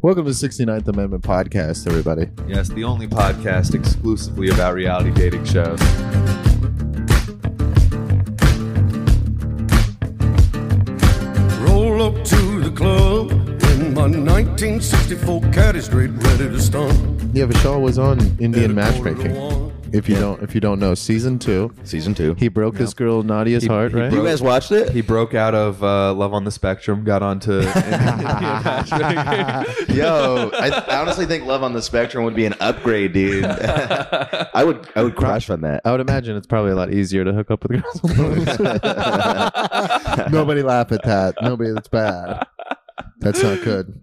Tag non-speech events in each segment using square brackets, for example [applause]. Welcome to 69th Amendment Podcast, everybody. Yes, the only podcast exclusively about reality dating shows. Roll up to the club in my 1964 caddy straight, ready to [laughs] stomp. Yeah, Vishal was on Indian Matchmaking. One. If you don't, if you don't know, season two, Season two. he broke this girl Nadia's heart, he right? you broke- guys watched it? He broke out of uh, Love on the Spectrum, got [laughs] onto Yo, I th- I honestly think Love on the Spectrum would be an [laughs] upgrade, dude. I would I would crush on that. I would imagine it's probably a lot easier to hook up with girls. [laughs] on Bumble. Nobody laugh at that. Nobody, that's bad. That's not [laughs] good.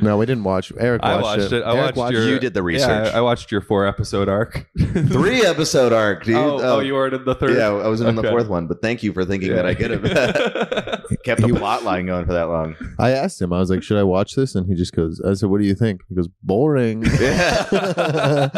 No, we didn't watch. Eric watched, I watched it. I Eric watched, your. You did the research. Yeah, I watched your four episode arc. [laughs] Three episode arc, dude. Oh, oh, you were in the third. Yeah, I was in the Okay. fourth one, but thank you for thinking Yeah. that I [laughs] could have kept the plot line going for that long. I asked him. I was like, "Should I watch this?" And he just goes, "I said, what do you think?" He goes, [laughs] "Boring." [laughs] And I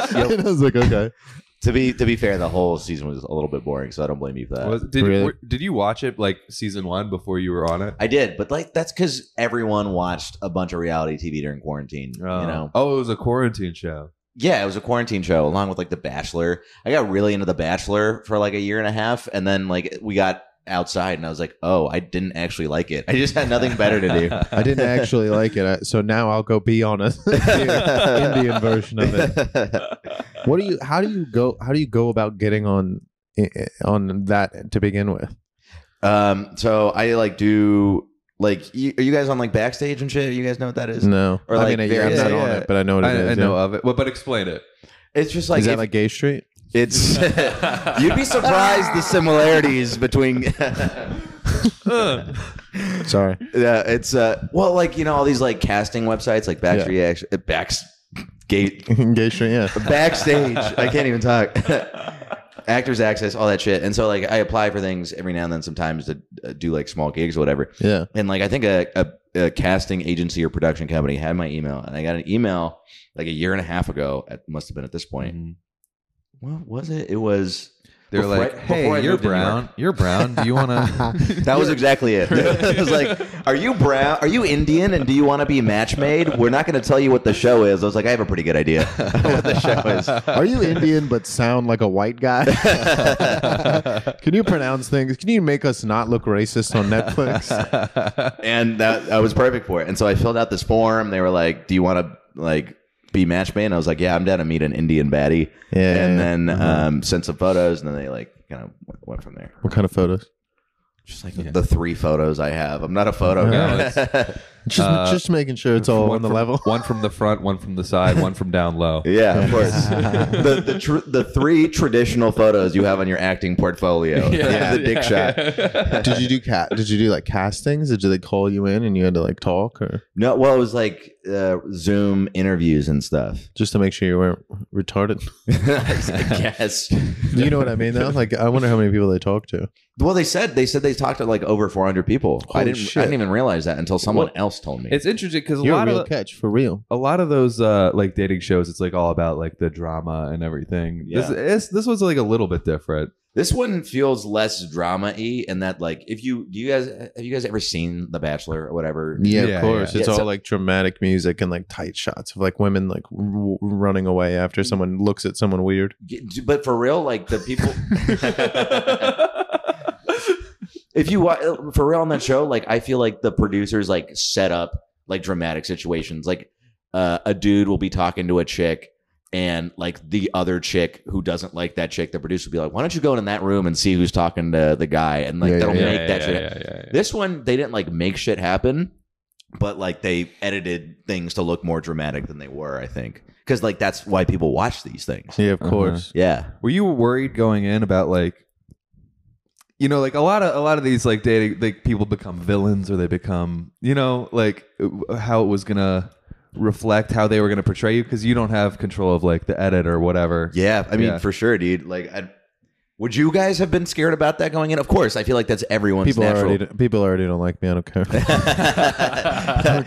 was like, "Okay." [laughs] To be to be fair, the whole season was a little bit boring, so I don't blame you for that. Was- did, Really? were- did you watch it like season one before you were on it? I did, but like that's because everyone watched a bunch of reality TV during quarantine. You know, Oh, it was a quarantine show. yeah, it was a quarantine show along with like The Bachelor. I got really into The Bachelor for like a year and a half, and then like we got outside, and I was like, oh, I didn't actually like it. I just had nothing better to [laughs] do. I didn't [laughs] actually like it, I, so now I'll go be on a [laughs] Indian version of it. What do you? How do you go? How do you go about getting on i- i- on that to begin with? [laughs] um, so I like do like you, are you guys on like backstage and shit? You guys know what that is? No, Or I like mean, yeah, I'm various- not yeah, on yeah. it, but I know what it is. I, I yeah. know of it. Well, but explain [laughs] it. It's just like is that if- like Gay Street? it's. [laughs] you'd be surprised the similarities between. [laughs] Uh. Sorry, Yeah, it's uh, well, like you know, all these like casting websites, like Backstreet Action, uh, Backs, Gate, [laughs] Gay Street. Yeah, Backstage. I can't even talk. Actors Access, all that shit. And so, like, I apply for things every now and then, sometimes to uh, do like small gigs or whatever. yeah. And like, I think a, a, a casting agency or production company had my email, and I got an email like a year and a half ago. It must have been at this point. What was it? It was. They're Before I- like, hey, before I you're lived in New York." brown. You're brown. Do you want [laughs] to? That was exactly [laughs] it. it was like, are you brown? Are you Indian? And do you want to be match made? We're not going to tell you what the show is. I was like, I have a pretty good idea [laughs] what the show is. [laughs] Are you Indian but sound like a white [laughs] guy? Can you pronounce things? Can you make us not look racist on [laughs] Netflix? And that I was perfect for it. And so I filled out this form. They were like, do you want to like be match made? And I was like, yeah, I'm down to meet an Indian baddie. Yeah, And yeah, then um, sent some photos, and then they like kind of went- went from there. What kind of photos? Just like the three photos I have. I'm not a photo [laughs] Yeah, guy. Just, just making sure it's all One on the from- level. One from the front, one from the side, one from down [laughs] low. Yeah, of course. the the, tr- the three traditional photos you have on your acting portfolio. Yeah, the dick shot. did [laughs] you do cat? Did you do like castings? Did they call you in and you had to like talk or No, well, it was like uh, Zoom interviews and stuff. [laughs] just to make sure you weren't retarded? [laughs] I guess. you know what I mean though? Like I wonder how many people they talk to. Well, they said they said they talked to like over 400 people. I Holy didn't shit. I didn't even realize that until someone else told me. It's interesting because a [laughs] You're a lot real of catch for real. a lot of those uh, like dating shows, it's like all about like the drama and everything. This, Yeah. this this was like a little bit different. this one feels less drama-y and that like if you do you guys have you guys ever seen The Bachelor or whatever? Yeah, Yeah, of course. yeah. It's Yeah, all so- like dramatic music and like tight shots of like women like w- running away after Mm. someone looks at someone weird. Get- But for real, like the people if you wa- uh, for real on that show, like I feel like the producers like set up like dramatic situations. Like uh, a dude will be talking to a chick, and like the other chick who doesn't like that chick, the producer will be like, "Why don't you go in that room and see who's talking to the guy?" And like Yeah, that'll yeah, make that yeah, shit. yeah, yeah, yeah. This one, they didn't like make shit happen, but like they edited things to look more dramatic than they were. I think because like that's why people watch these things. Yeah, of Uh-huh. course. Yeah. Were you worried going in about like, you know, like a lot of a lot of these like dating like people become villains or they become you know like how it was gonna reflect how they were gonna portray you because you don't have control of like the edit or whatever. Yeah, I mean, Yeah. for sure, dude. Like, i would you guys have been scared about that going in? Of course, I feel like that's everyone's People natural. already people already don't like me. I don't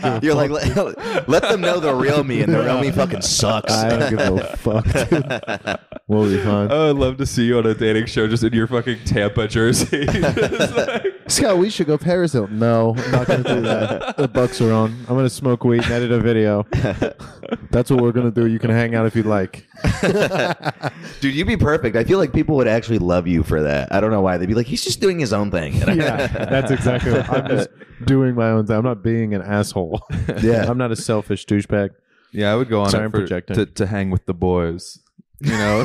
[laughs] care. [laughs] You're like, let, let them know the real me, and the real [laughs] me fucking sucks. I don't give a fuck. Dude. [laughs] We'll be fine. I would love to see you on a dating show just in your fucking Tampa jersey. Just like- Scott, we should go Paris Hilton. No, I'm not going to do that. [laughs] The Bucks are on. I'm going to smoke weed and edit a [laughs] video. That's what we're going to do. You can hang out if you'd like. [laughs] Dude, you'd be perfect. I feel like people would actually love you for that. I don't know why. They'd be like, he's just doing his own thing. [laughs] Yeah, that's exactly what I'm just doing my own thing. I'm not being an asshole. Yeah. [laughs] I'm not a selfish douchebag. [laughs] Yeah, I would go on Sorry, it I'm for, projecting. to to hang with the boys. [laughs] You [laughs] know,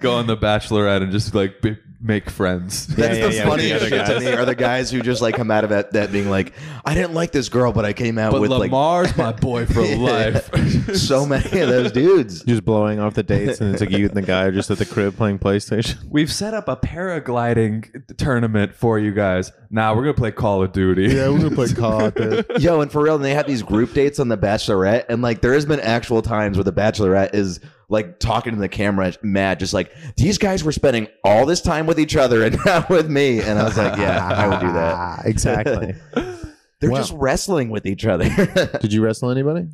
go on the Bachelorette and just like b- make friends. Yeah, yeah, That's the yeah, with the funniest other shit to guys. me are the guys who just like come out of that, that being like, I didn't like this girl, but I came out but with [laughs] Lamar's my boy for life. like [laughs] so many of those [laughs] dudes. Just blowing off the dates, and it's like you and the guy are just at the crib playing [laughs] PlayStation. We've set up a paragliding tournament for you guys. Now we're gonna play Call of Duty. [laughs] going to play COD. [laughs] dude. Yo, and for real, and they have these group dates on The Bachelorette, and like there has been actual times where The Bachelorette is like talking to the camera, mad, just like these guys were spending all this time with each other and [laughs] not with me. And I was like, yeah, I would [laughs] do that. Ah, exactly. They're Wow. just wrestling with each other. [laughs] Did you wrestle anybody?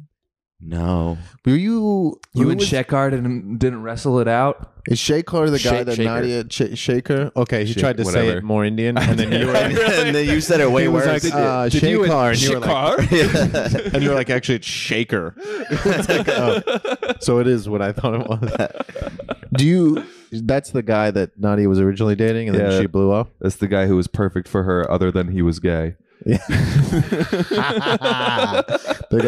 no, Were you You who and was- Sheckard didn't didn't wrestle it out. Is Shaker the guy Shake- that Shaker. Nadia Ch- Shaker? Okay, he Shake- tried to say whatever. it more Indian, and then [laughs] you were. and then [laughs] you said it way He was worse. like, uh, Did you and Shaker, and you were like, [laughs] Sheckard? and you were like, actually, it's Shaker. [laughs] It's like, oh. So it is what I thought it was. Do you? That's the guy that Nadia was originally dating, and Yeah. then she blew [laughs] up. That's the guy who was perfect for her, other than he was gay. They got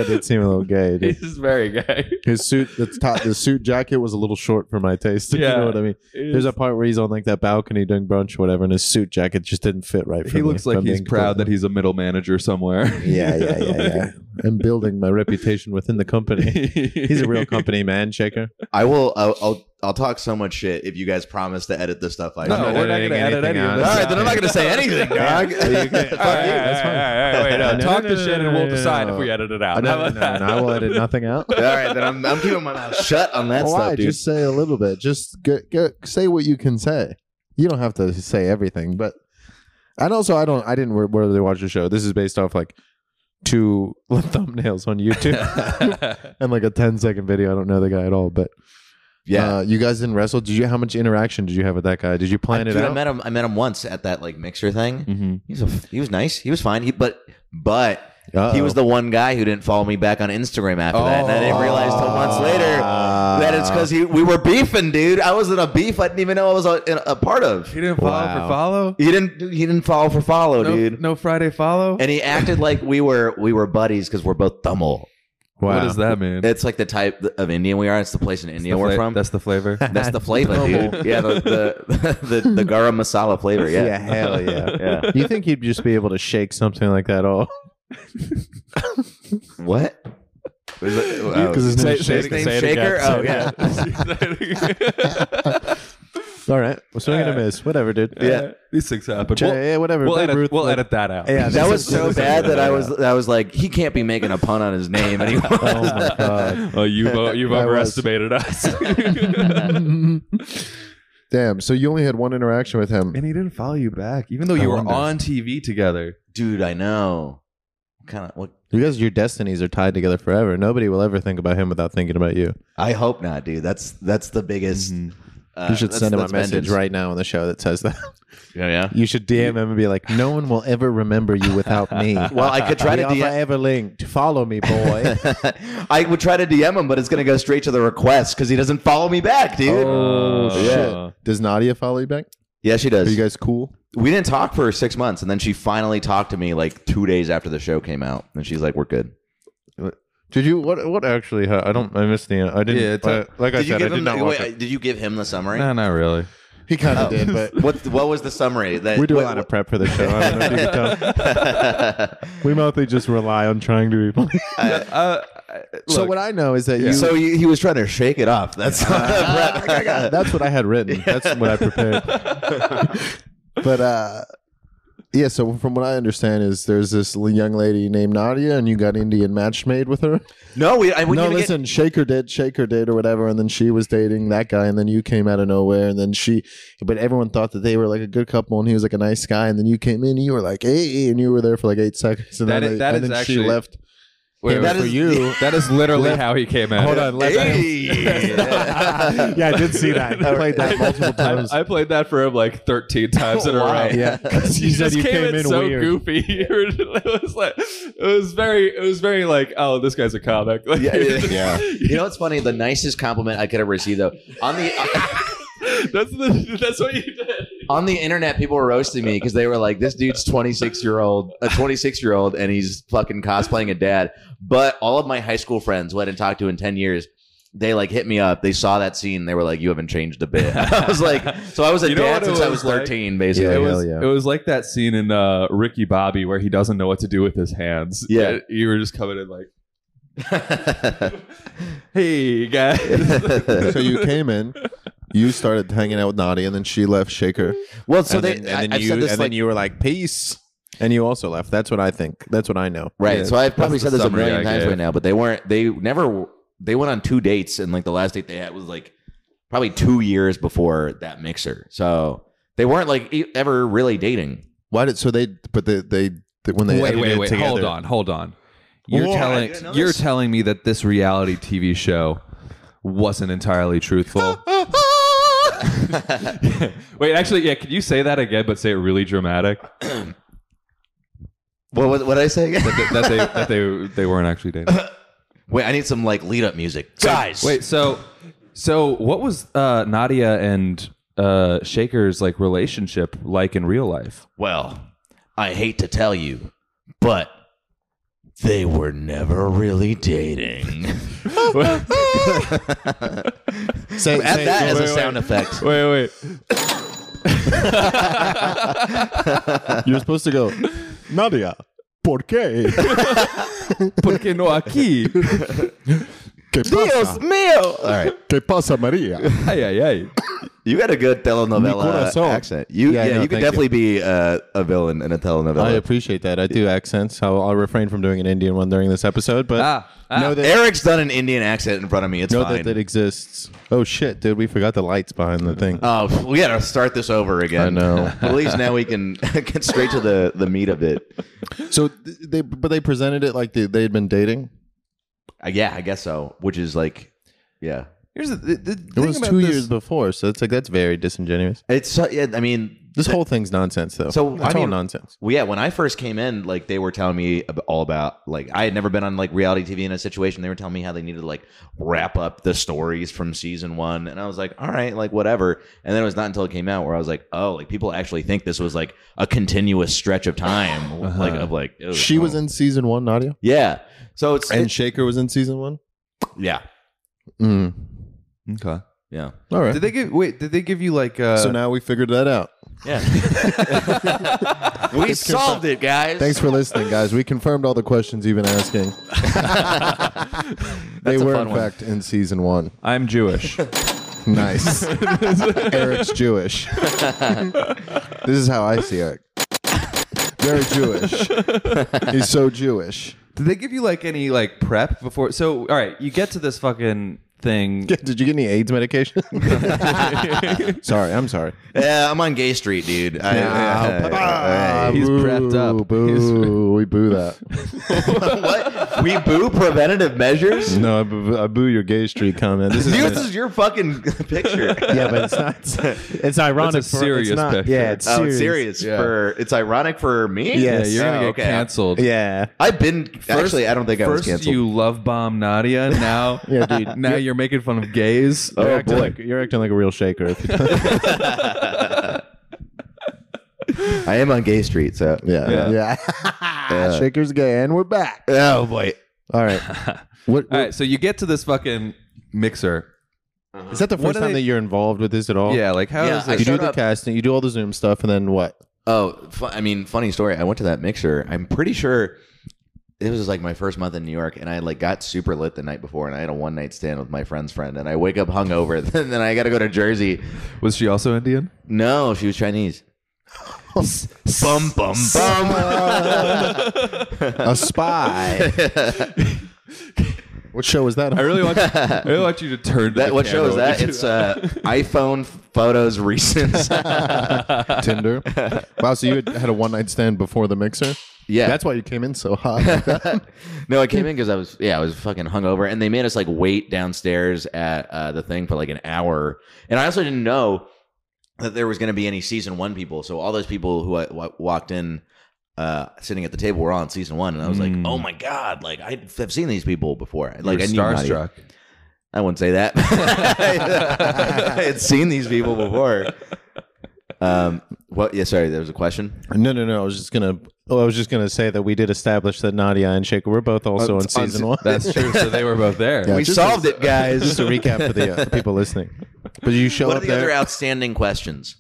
that seem a little gay. Dude. is very gay. His suit, the top, the suit jacket was a little short for my taste. You Yeah. know what I mean? There's a part where he's on like that balcony doing brunch or whatever, and his suit jacket just didn't fit right. For He looks like he's proud that he. he's a middle manager somewhere. [laughs] Yeah, yeah, yeah, yeah. [laughs] I'm building my reputation within the company. [laughs] He's a real company man, Shaker. I will. I'll, I'll. I'll talk so much shit if you guys promise to edit the stuff I. No, not we're not editing going to edit anything any of out. this. All right, then I'm not going to [laughs] say anything. dog. All right, all right, all right, all right, wait, no, No, talk no, to no, shit no, and we'll no, no, decide no. if we edit it No, out. How no, about no, that? no, I will edit nothing [laughs] out. All right, then I'm, I'm keeping my mouth shut on that Why? stuff, dude. Just say a little bit. Just get, get, say what you can say. You don't have to say everything, but and also I don't. I didn't where, where they watch the show. This is based off like two [laughs] thumbnails on [laughs] YouTube and like a 10 second video. I don't know the guy at all, but yeah, uh, you guys didn't wrestle. Did you? How much interaction did you have with that guy? Did you plan it Dude, out? I met him. I met him once at that like mixer thing. Mm. He's a, he was nice. He was fine. He but but he Uh-oh. was the one guy who didn't follow me back on Instagram after that, and I didn't realize till months later that it's because we were beefing, dude. I was in a beef I didn't even know I was a, in a part of. He didn't follow Wow. for follow? He didn't he didn't follow for follow, No, dude. no Friday follow? And he acted like we were we were buddies because we're both Thummel. Wow. What does that mean? It's like the type of Indian we are. It's the place in India The we're fla- from. That's the [laughs] flavor. That's the flavor, dude. Yeah, the the, [laughs] the the garam masala flavor. Yeah. Yeah, hell [laughs] yeah. Yeah. You think he'd just be able to shake something like that off? [laughs] [laughs] What? Because his name is Shaker. name Shaker. Oh yeah. [laughs] All right. Well, swing and a miss. Whatever, dude. Yeah. These things happen. Ch- yeah, whatever. We'll, we'll Babe edit, Ruth, we'll like- edit that out. Yeah, That this was [laughs] is- so this is- bad that I was I was like he can't be making a pun on his name anymore. [laughs] Oh my god. [laughs] Oh, you've, o- you've That was- overestimated us. [laughs] and [laughs] Damn. So you only had one interaction with him. he didn't follow you back, even though you I were wonder. on TV together. Dude, I know. Kind of what You guys, your destinies are tied together forever. Nobody will ever think about him without thinking about you. I hope not, dude. That's that's the biggest. Mm-hmm. Uh, Mm-hmm. You should that's- send him a that's message vengeance. right now on the show that says that. [laughs] Yeah, yeah. You should DM him and be like, "No one will ever remember you without me." [laughs] Well, I could try We to are DM. forever linked. Follow me, [laughs] boy. [laughs] I would try to DM him, but it's gonna go straight to the request because he doesn't follow me back, dude. Oh, shit. Does Nadia follow you back? Yeah, she does. Are you guys cool? we didn't talk for six months, and then she finally talked to me like two days after the show came out, and she's like, "We're good." Did you what? What actually? ha- I don't. I missed the. I didn't. Yeah, it's a- I- like I said, I did not. watch it. did you give him the summary? No, not really. He kind of Oh. did, but What What was the summary? That we do what- a lot of prep for the show. I don't know if you can tell. [laughs] We mostly just rely on trying to be funny. Uh, [laughs] I- so look, what I know is that you. [laughs] so he, he was trying to shake it off. That's [laughs] Brad, I got- that's what I had written. That's what I [laughs] prepared. but uh, yeah. So from what I understand is there's this l- young lady named Nadia, and you got Indian match made with her. no. We, I wouldn't no, even get- listen. Shaker did. Shaker did, or whatever. And then she was dating that guy, and then you came out of nowhere, and then she. But everyone thought that they were like a good couple, and he was like a nice guy, and then you came in, and you were like, hey, and you were there for like eight seconds, and That then, is- they- that and is then she actually- left. Wait, that wait, is for [laughs] you. that is literally how he came out. Hold on, let that- yeah, I did see that. I played [laughs] that multiple times. I, I played that for him like 13 times in a row. Why? [laughs] yeah, He just came, in, so goofy. [laughs] it was like it was very it was very like oh this guy's a comic. [laughs] Like, Yeah, yeah, yeah. [laughs] You know what's funny? The nicest compliment I could ever receive though on the [laughs] that's the that's what you did. on the internet, people were roasting me because they were like, "This dude's 26 year old, a 26 year old, and he's fucking cosplaying a dad." But all of my high school friends who I hadn't talked to in 10 years, they like hit me up. They saw that scene. They were like, "You haven't changed a bit." [laughs] I was like, "So I was a You know what dad it since I was was like? 13, Yeah, basically." it was hell yeah. it was like that scene in uh, Ricky Bobby where he doesn't know what to do with his hands. Yeah. Uh, you were just coming in like, [laughs] hey guys. so you came in, you started hanging out with Naughty, and then she left Shaker. [laughs] well, so and they then, and I, then I've you said this and like then you were like peace, and you also left. That's what I think. That's what I know. Right. Yeah, so I've probably that's said the this a summary million I times gave. right now, but they weren't. They never. They went on two dates, and like the last date they had was like probably two years before that mixer. So they weren't like e- ever really [laughs] dating. Why did so they? But they they, they- when they wait, wait, edited wait. together- Hold on, hold on. You're Whoa, I didn't know telling you're telling me that this reality TV show wasn't entirely truthful. [laughs] wait, actually, yeah. Can you say that again, but say it really dramatic? What what what I say? That they that they, that they, they weren't actually [laughs] dating. Wait, I need some like lead up music, guys. Wait, so so what was uh, Nadia and uh, Shaker's like relationship like in real life? Well, I hate to tell you, but they were never really dating. Say, Add say- that as a wait, sound wait. effect. Wait, wait. [laughs] you're supposed to go, Nadia. Por qué? Por qué no [laughs] aquí? [laughs] ¿Qué pasa? All [laughs] right, ¿Qué pasa, Maria? Ay, ay, ay. you got a good telenovela corazón. accent. You Yeah, yeah, no, you could thank definitely be uh, a villain in a telenovela. I appreciate that. I do accents. I'll, I'll refrain from doing an Indian one during this episode, but Ah, ah. know that Eric's done an Indian accent in front of me. It's know fine. that that exists. Oh shit, dude! We forgot the lights behind the thing. Oh, we gotta start this over again. I know. [laughs] At least now we can [laughs] get straight to the the meat of it. [laughs] So th- they, but they presented it like they, they had been dating. Uh, yeah, I guess so. Which is like, yeah, Here's the, the, the It thing was about two this- years before, so it's like that's very disingenuous. it's so, yeah. I mean, This whole thing's nonsense, though. So, it's I all mean- nonsense. well, yeah. When I first came in, like they were telling me ab- all about like I had never been on like reality TV in a situation. They were telling me how they needed to like wrap up the stories from season one, and I was like, all right, like whatever. And then it was not until it came out where I was like, oh, like people actually think this was like a continuous stretch [laughs] of time, like of like ew, Uh-huh. She was oh. in season one, Nadia, yeah. So it's and it- Shaker was in season one. yeah, Mm. Okay. yeah. All right. Did they give wait? Did they give you like? Uh, so now we figured that out. [laughs] [laughs] We solved it, guys. Thanks for listening, guys. We confirmed all the questions you've been [laughs] asking. they were in fact in season one. [laughs] I'm Jewish. Nice. Eric's [laughs] Jewish. this is how I see Eric. Very Jewish. He's so Jewish. Did they give you like any like prep before? So all right, you get to this fucking thing. Did you get any AIDS medication? [laughs] sorry, I'm sorry. Yeah, I'm on Gay Street, dude. I, Ah, He's boo, prepped up. Boo, we boo that. [laughs] what? We boo preventative measures? No, I boo, I boo your gay street comment. This is Dude, this is your fucking [laughs] picture. [laughs] yeah, but it's not. It's ironic. That's a for- serious it's not, picture. Yeah, it's Oh, serious. it's serious. Yeah. For it's ironic for me. Yeah, You're gonna Oh, get okay. canceled. Yeah. I've been actually. I don't think I was First canceled. you love bomb [laughs] Nadia. Now, Yeah, dude. now you're making fun of gays. You're, Oh, acting boy. Like, you're acting like a real shaker. If you I am on Gay Street, so yeah. Yeah. Shaker's gay, and we're back. Oh boy. All right. What, All right, so you get to this fucking mixer. Is that the What first do time they- that you're involved with this at all? Yeah, like how Yeah, is I You it? do showed the up- casting, you do all the Zoom stuff, and then what? Oh, fu- I mean, funny story. I went to that mixer. I'm pretty sure it was like my first month in New York, and I like got super lit the night before, and I had a one night stand with my friend's friend, and I wake up hungover, [laughs] and then I got to go to Jersey. Was she also Indian? No, she [laughs] was Chinese. bum bum [laughs] bum. A spy. what show was that? on? I really [laughs] want. I really want you to turn. To That the what camera show is when that? you do [laughs] It's uh, iPhone photos recent. [laughs] Tinder. Wow, so you had, had a one night stand before the mixer? yeah. That's why you came in so hot. [laughs] no, I came in because I was yeah, I was fucking hungover, and they made us like wait downstairs at uh, the thing for like an hour, and I also didn't know that there was going to be any season one people. So all those people who I wa- walked in uh, sitting at the table were on season one, and I was like, Mm. oh my god, like I have seen these people before. You were Like I knew Nadia. starstruck. I wouldn't say that. [laughs] I had seen these people before. Um. What? Yeah. Sorry. There was a question. [laughs] no, no, no. I was just gonna. Oh, I was just gonna say that we did establish that Nadia and Shaker were both also Uh, on season one. That's true. So they were both [laughs] there. Yeah, we just solved it, [laughs] guys. [laughs] Just a recap for the uh, people listening. But you show what are up the there. other outstanding questions?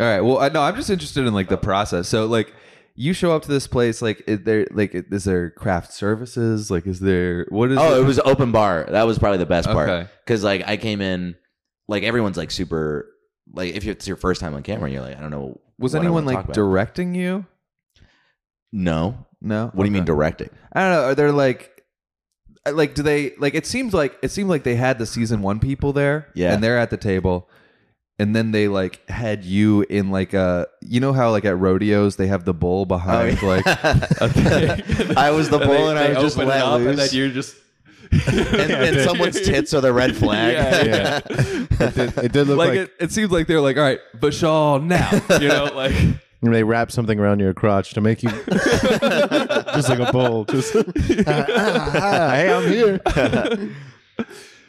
All right. Well, I, no, I'm just interested in like the process. So like you show up to this place, like is there like is there craft services? Like is there what is? Oh, it was open bar. That was probably the best part Okay. because like I came in, like everyone's like super. Like if it's your first time on camera, you're like, I don't know. Was what I anyone wanna talk like about. directing you? No. No. What do you mean Okay. directing? I don't know. Are there like, uh, like, do they like? It seems like it seemed like they had the season one people there, Yeah. and they're at the table, and then they like had you in like a, you know how like at rodeos they have the bull behind like. a thing? I was the [laughs] And bull and I they was just open it let up, loose. and then you're just. and, and [laughs] someone's tits are the red flag. Yeah, It did, it did look like, like, it, it seems like they're like, all right, Vishal now, you know, like they wrap something around your crotch to make you just like a bull. Just [laughs] "Ah, hey, I'm here.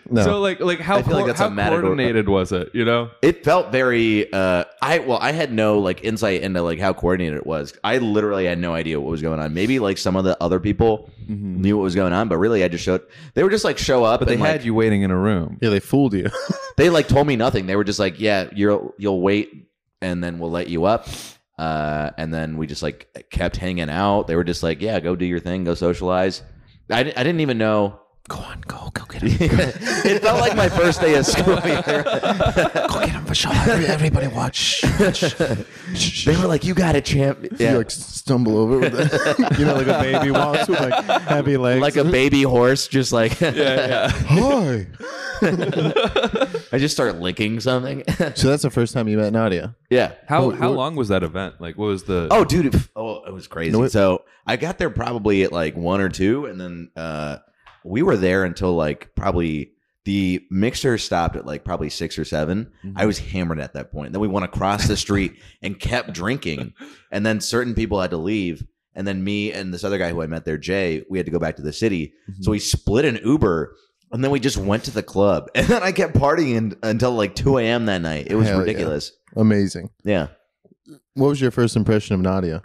no, so like like how I feel like co- that's a how Matador- coordinated was it, you know? It felt very. uh I well, I had no like insight into like how coordinated it was. I literally had no idea what was going on. Maybe like some of the other people knew what was going on, but really I just showed. They were just like show up, Mm-hmm. But they and, like, had you waiting in a room. yeah, they fooled you. [laughs] they like told me nothing. They were just like, yeah, you'll you'll wait, and then we'll let you up. Uh, and then we just like kept hanging out. They were just like, yeah, go do your thing, go socialize. I, di- I didn't even know. Go on, go, go [laughs] get him. it felt like my first day of school. [laughs] go get him for sure. Everybody watch. [laughs] they were like, you got it, champ. You Yeah. like stumble over with it. [laughs] you know, like a baby walks with like heavy legs. Like a baby horse, just like hi. [laughs] I just start licking something. [laughs] [laughs] So that's the first time you met Nadia. yeah. How Well, how we're- long was that event? Like, what was the? Oh, dude. It, oh, it was crazy. No, it- so I got there probably at like one or two, and then uh, we were there until like probably the mixer stopped at like probably six or 7 I was hammered at that point. Then we went across the street and kept drinking, and then certain people had to leave. And then me and this other guy who I met there, Jay, we had to go back to the city. So we split an Uber and then we just went to the club. [laughs] And then I kept partying until like 2 a.m. that night. It was Hell yeah. ridiculous. Amazing. Yeah. What was your first impression of Nadia?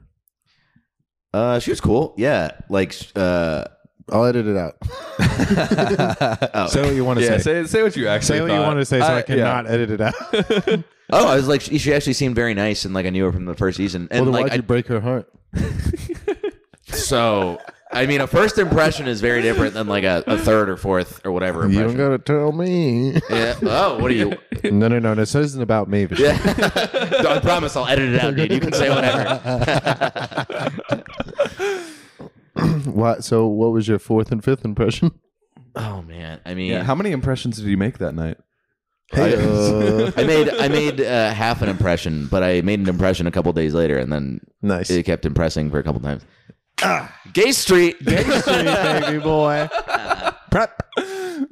Uh, she was cool. Yeah. Like, uh, I'll edit it [laughs] out. oh. Say what you want to yeah, say. say say what you actually Say what you thought. want to say, so I, yeah. cannot edit it out. Oh, I was like, she she actually seemed very nice, and like I knew her from the first season, well, and then like why'd you break her heart? I, so. I mean, a first impression is very different than like a, a third or fourth or whatever You don't impression. gotta tell [laughs] me. yeah. Oh, what are you? [laughs] no, no, no. This isn't about me. Vishal. I promise I'll edit it out, dude. You can say whatever. What? So, what was your fourth and fifth impression? Oh man, I mean, Yeah, how many impressions did you make that night? [laughs] Uh, I made I made uh, half an impression, but I made an impression a couple days later, and then nice. it kept impressing for a couple times. Gay Street. baby [laughs] boy. Prep.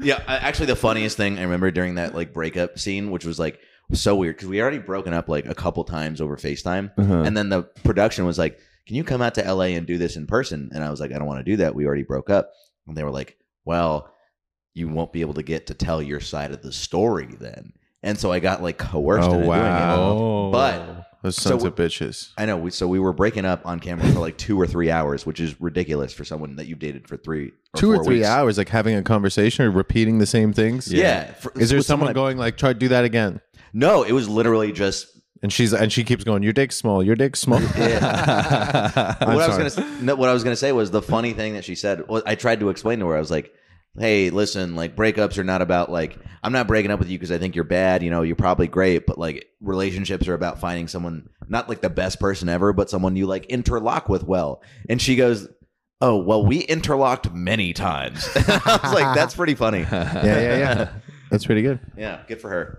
Yeah, uh, actually, the funniest thing I remember during that like breakup scene, which was like so weird because we already broken up like a couple times over FaceTime, Uh-huh. and then the production was like, "Can you come out to LA and do this in person?" And I was like, "I don't want to do that. We already broke up." And they were like, "Well, you won't be able to get to tell your side of the story then." And so I got like coerced. Oh into Doing it. wow! But Those So sons we- of bitches. I know. We, so we were breaking up on camera for like two or three hours, which is ridiculous for someone that you've dated for three, or Two or four three weeks. hours, like having a conversation or repeating the same things. Yeah. For- Is there with someone I- going like, try to do that again? No, it was literally just And she's and she keeps going. Your dick's small. Your dick's small. [laughs] I'm what sorry. I was gonna no, what I was gonna say was the funny thing that she said. Was I tried to explain to her. I was like, "Hey, listen, like breakups are not about like I'm not breaking up with you because I think you're bad. You know, you're probably great, but like relationships are about finding someone not like the best person ever, but someone you like interlock with well." And she goes. Oh well, we interlocked many times. [laughs] I was like, "That's [laughs] pretty funny." yeah, yeah, yeah. That's pretty good. Yeah, good for her.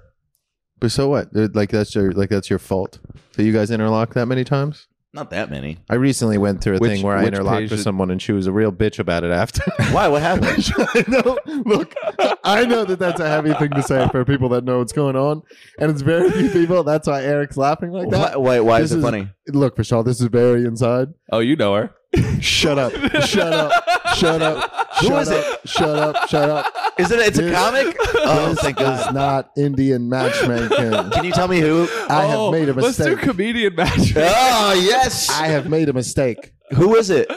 But so what? They're- Like that's your like that's your fault that you guys interlock that many times. Not that many. I recently went through a Which- thing where I which interlocked page with did- someone, and she was a real bitch about it after. [laughs] Why? What happened? no, look, I know that that's a heavy thing to say for people that know what's going on, and it's very few people. That's why Eric's laughing like why? that. Why, why This is it is- funny? Look, Vishal, this is very inside. Oh, you know her. Shut up! Shut up! Shut [laughs] up! Who shut is up, Shut up! Shut [laughs] up! Is it? It's a Dude. comic. Oh, thank It's God. not Indian matchmaking. [laughs] Can you tell me who? I have Oh, made a Let's do mistake. comedian match. [laughs] Oh yes. I have made a mistake. who is it?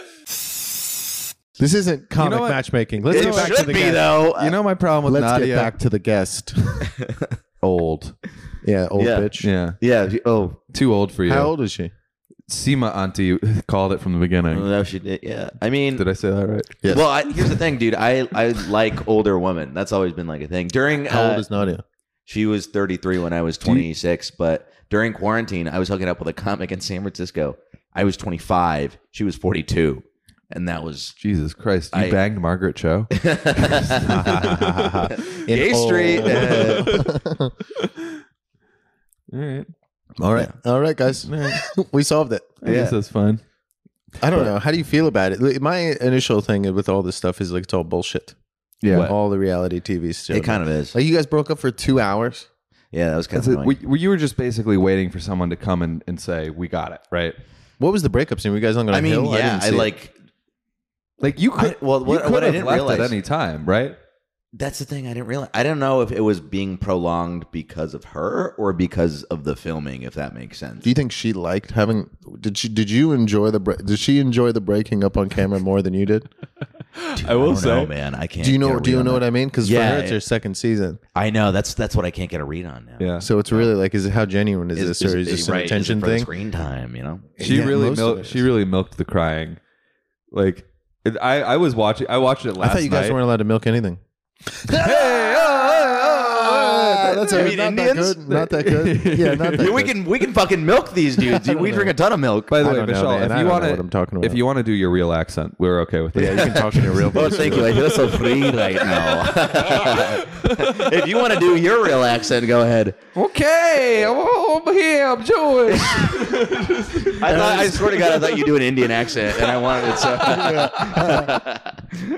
This isn't comic what? matchmaking. Let's it get back to should the be guest. though. you know my problem with Let's get Nadia. back to the [laughs] guest. Old. Yeah, old Yeah. bitch. Yeah, yeah. you- Oh too old for you. How old is she? Sima auntie [laughs] called it from the beginning. no, she did. Yeah. I mean, Did I say that right? Yes. well, I, here's the thing, dude. I I like older women. That's always been like a thing. During How uh, old is Nadia? She was 33 when I was you- 26, but during quarantine, I was hooking up with a comic in San Francisco. I was 25. She was 42. And that [laughs] was. [laughs] Jesus Christ! You I- banged Margaret [laughs] Cho. Gay Street. uh, All right. [laughs] All right. All right, guys. [laughs] we solved it. I guess that's fun. I don't know. How do you feel about it? Like, My initial thing with all this stuff is like it's all bullshit. Yeah. All the reality TV stuff. it kind of is. Like you guys broke up for two hours. Yeah, that was kind That's of it. annoying. We, we- you were just basically waiting for someone to come and, and say, we got it, right? What was the breakup scene? Were you guys on going I mean, hill? yeah, didn't I, see it. like. Like you could, I- well, you what- could what I have didn't left realize- at any time, right? That's the thing. I didn't realize. I don't know if it was being prolonged because of her or because of the filming, if that makes sense. Do you think she liked having? Did she? Did you enjoy the? bre- Did she enjoy the breaking up on camera more than you did? I will don't know, man. I can't. Do you know? get a Do you read know on what I mean? Because Yeah, for her, it's it- her second season. that. I know. That's that's what I can't get a read on now. Yeah. So it's really like, is it how genuine is, this, or is this an right, it attention for the thing? Screen time, you know. She Yeah, really most of milked, it she is. really milked the crying. Like it- I, I was watching I watched it I last thought you guys night. weren't allowed to milk anything. Hey, oh, oh, oh, oh, that's You all right. mean not Indians? that good. Not that good. [laughs] Yeah, not that Yeah, we good. can we can fucking milk these dudes. dude. We drink a ton of milk. By the I way, don't know, Michelle, man. I if you don't know want what I'm talking about. if you want to do your real accent, we're okay with it. Yeah, you [laughs] can talk in your [laughs] real Oh, voice. [laughs] thank you. I feel so free right now. [laughs] if you want to do your real accent, go ahead. okay, I'm over here. I'm Jewish. I thought I swear to God, I thought you do an Indian accent, and I wanted it so.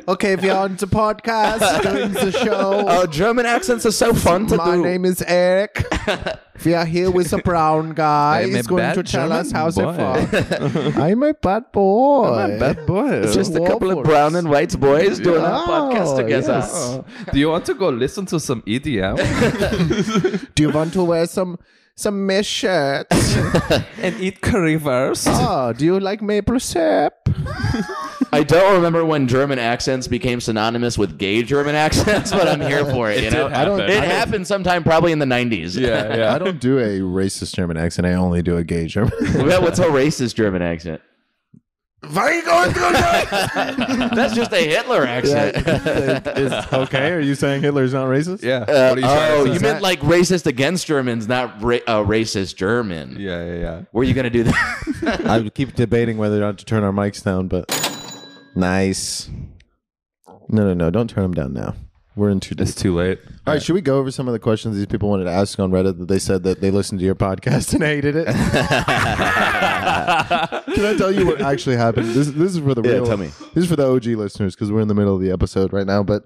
Okay, if you're on the [laughs] podcast, doing the show. [laughs] Oh, German accents are so fun to My do. name is Eric. we are here with a brown guy. I'm a He's going bad to tell German us how boy. [laughs] they fought. I'm a bad boy. I'm a bad boy. it's just a couple of brown and white boys doing Yeah. a podcast together. Yes. [laughs] do you want to go listen to some [laughs] E EDM Do you want to wear some some mesh shirts? and eat curry first? oh, do you like maple syrup? I don't remember when German accents became synonymous with gay German [laughs] accents, but I'm here for it. you know, I don't. it happened sometime probably in the 90s. [laughs] Yeah, yeah. I don't do a racist German accent. I only do a gay German. What- What's a racist German accent? Why are you going through [laughs] That's just a Hitler accent. okay, are you saying Hitler's not racist? yeah. Uh, What are you trying to oh, say? you meant like racist against Germans, not ra- uh, racist German. Yeah, yeah, yeah. Were you going to do that? [laughs] I keep debating whether or not to turn our mics down, but nice. No, no, no! Don't turn them down now. We're in too deep. It's too late. All right, should we go over some of the questions these people wanted to ask on Reddit that they said that they listened to your podcast and hated it? Can I tell you what actually happened? This, this is for the Yeah, real. tell me. This is for the OG listeners because we're in the middle of the episode right now. But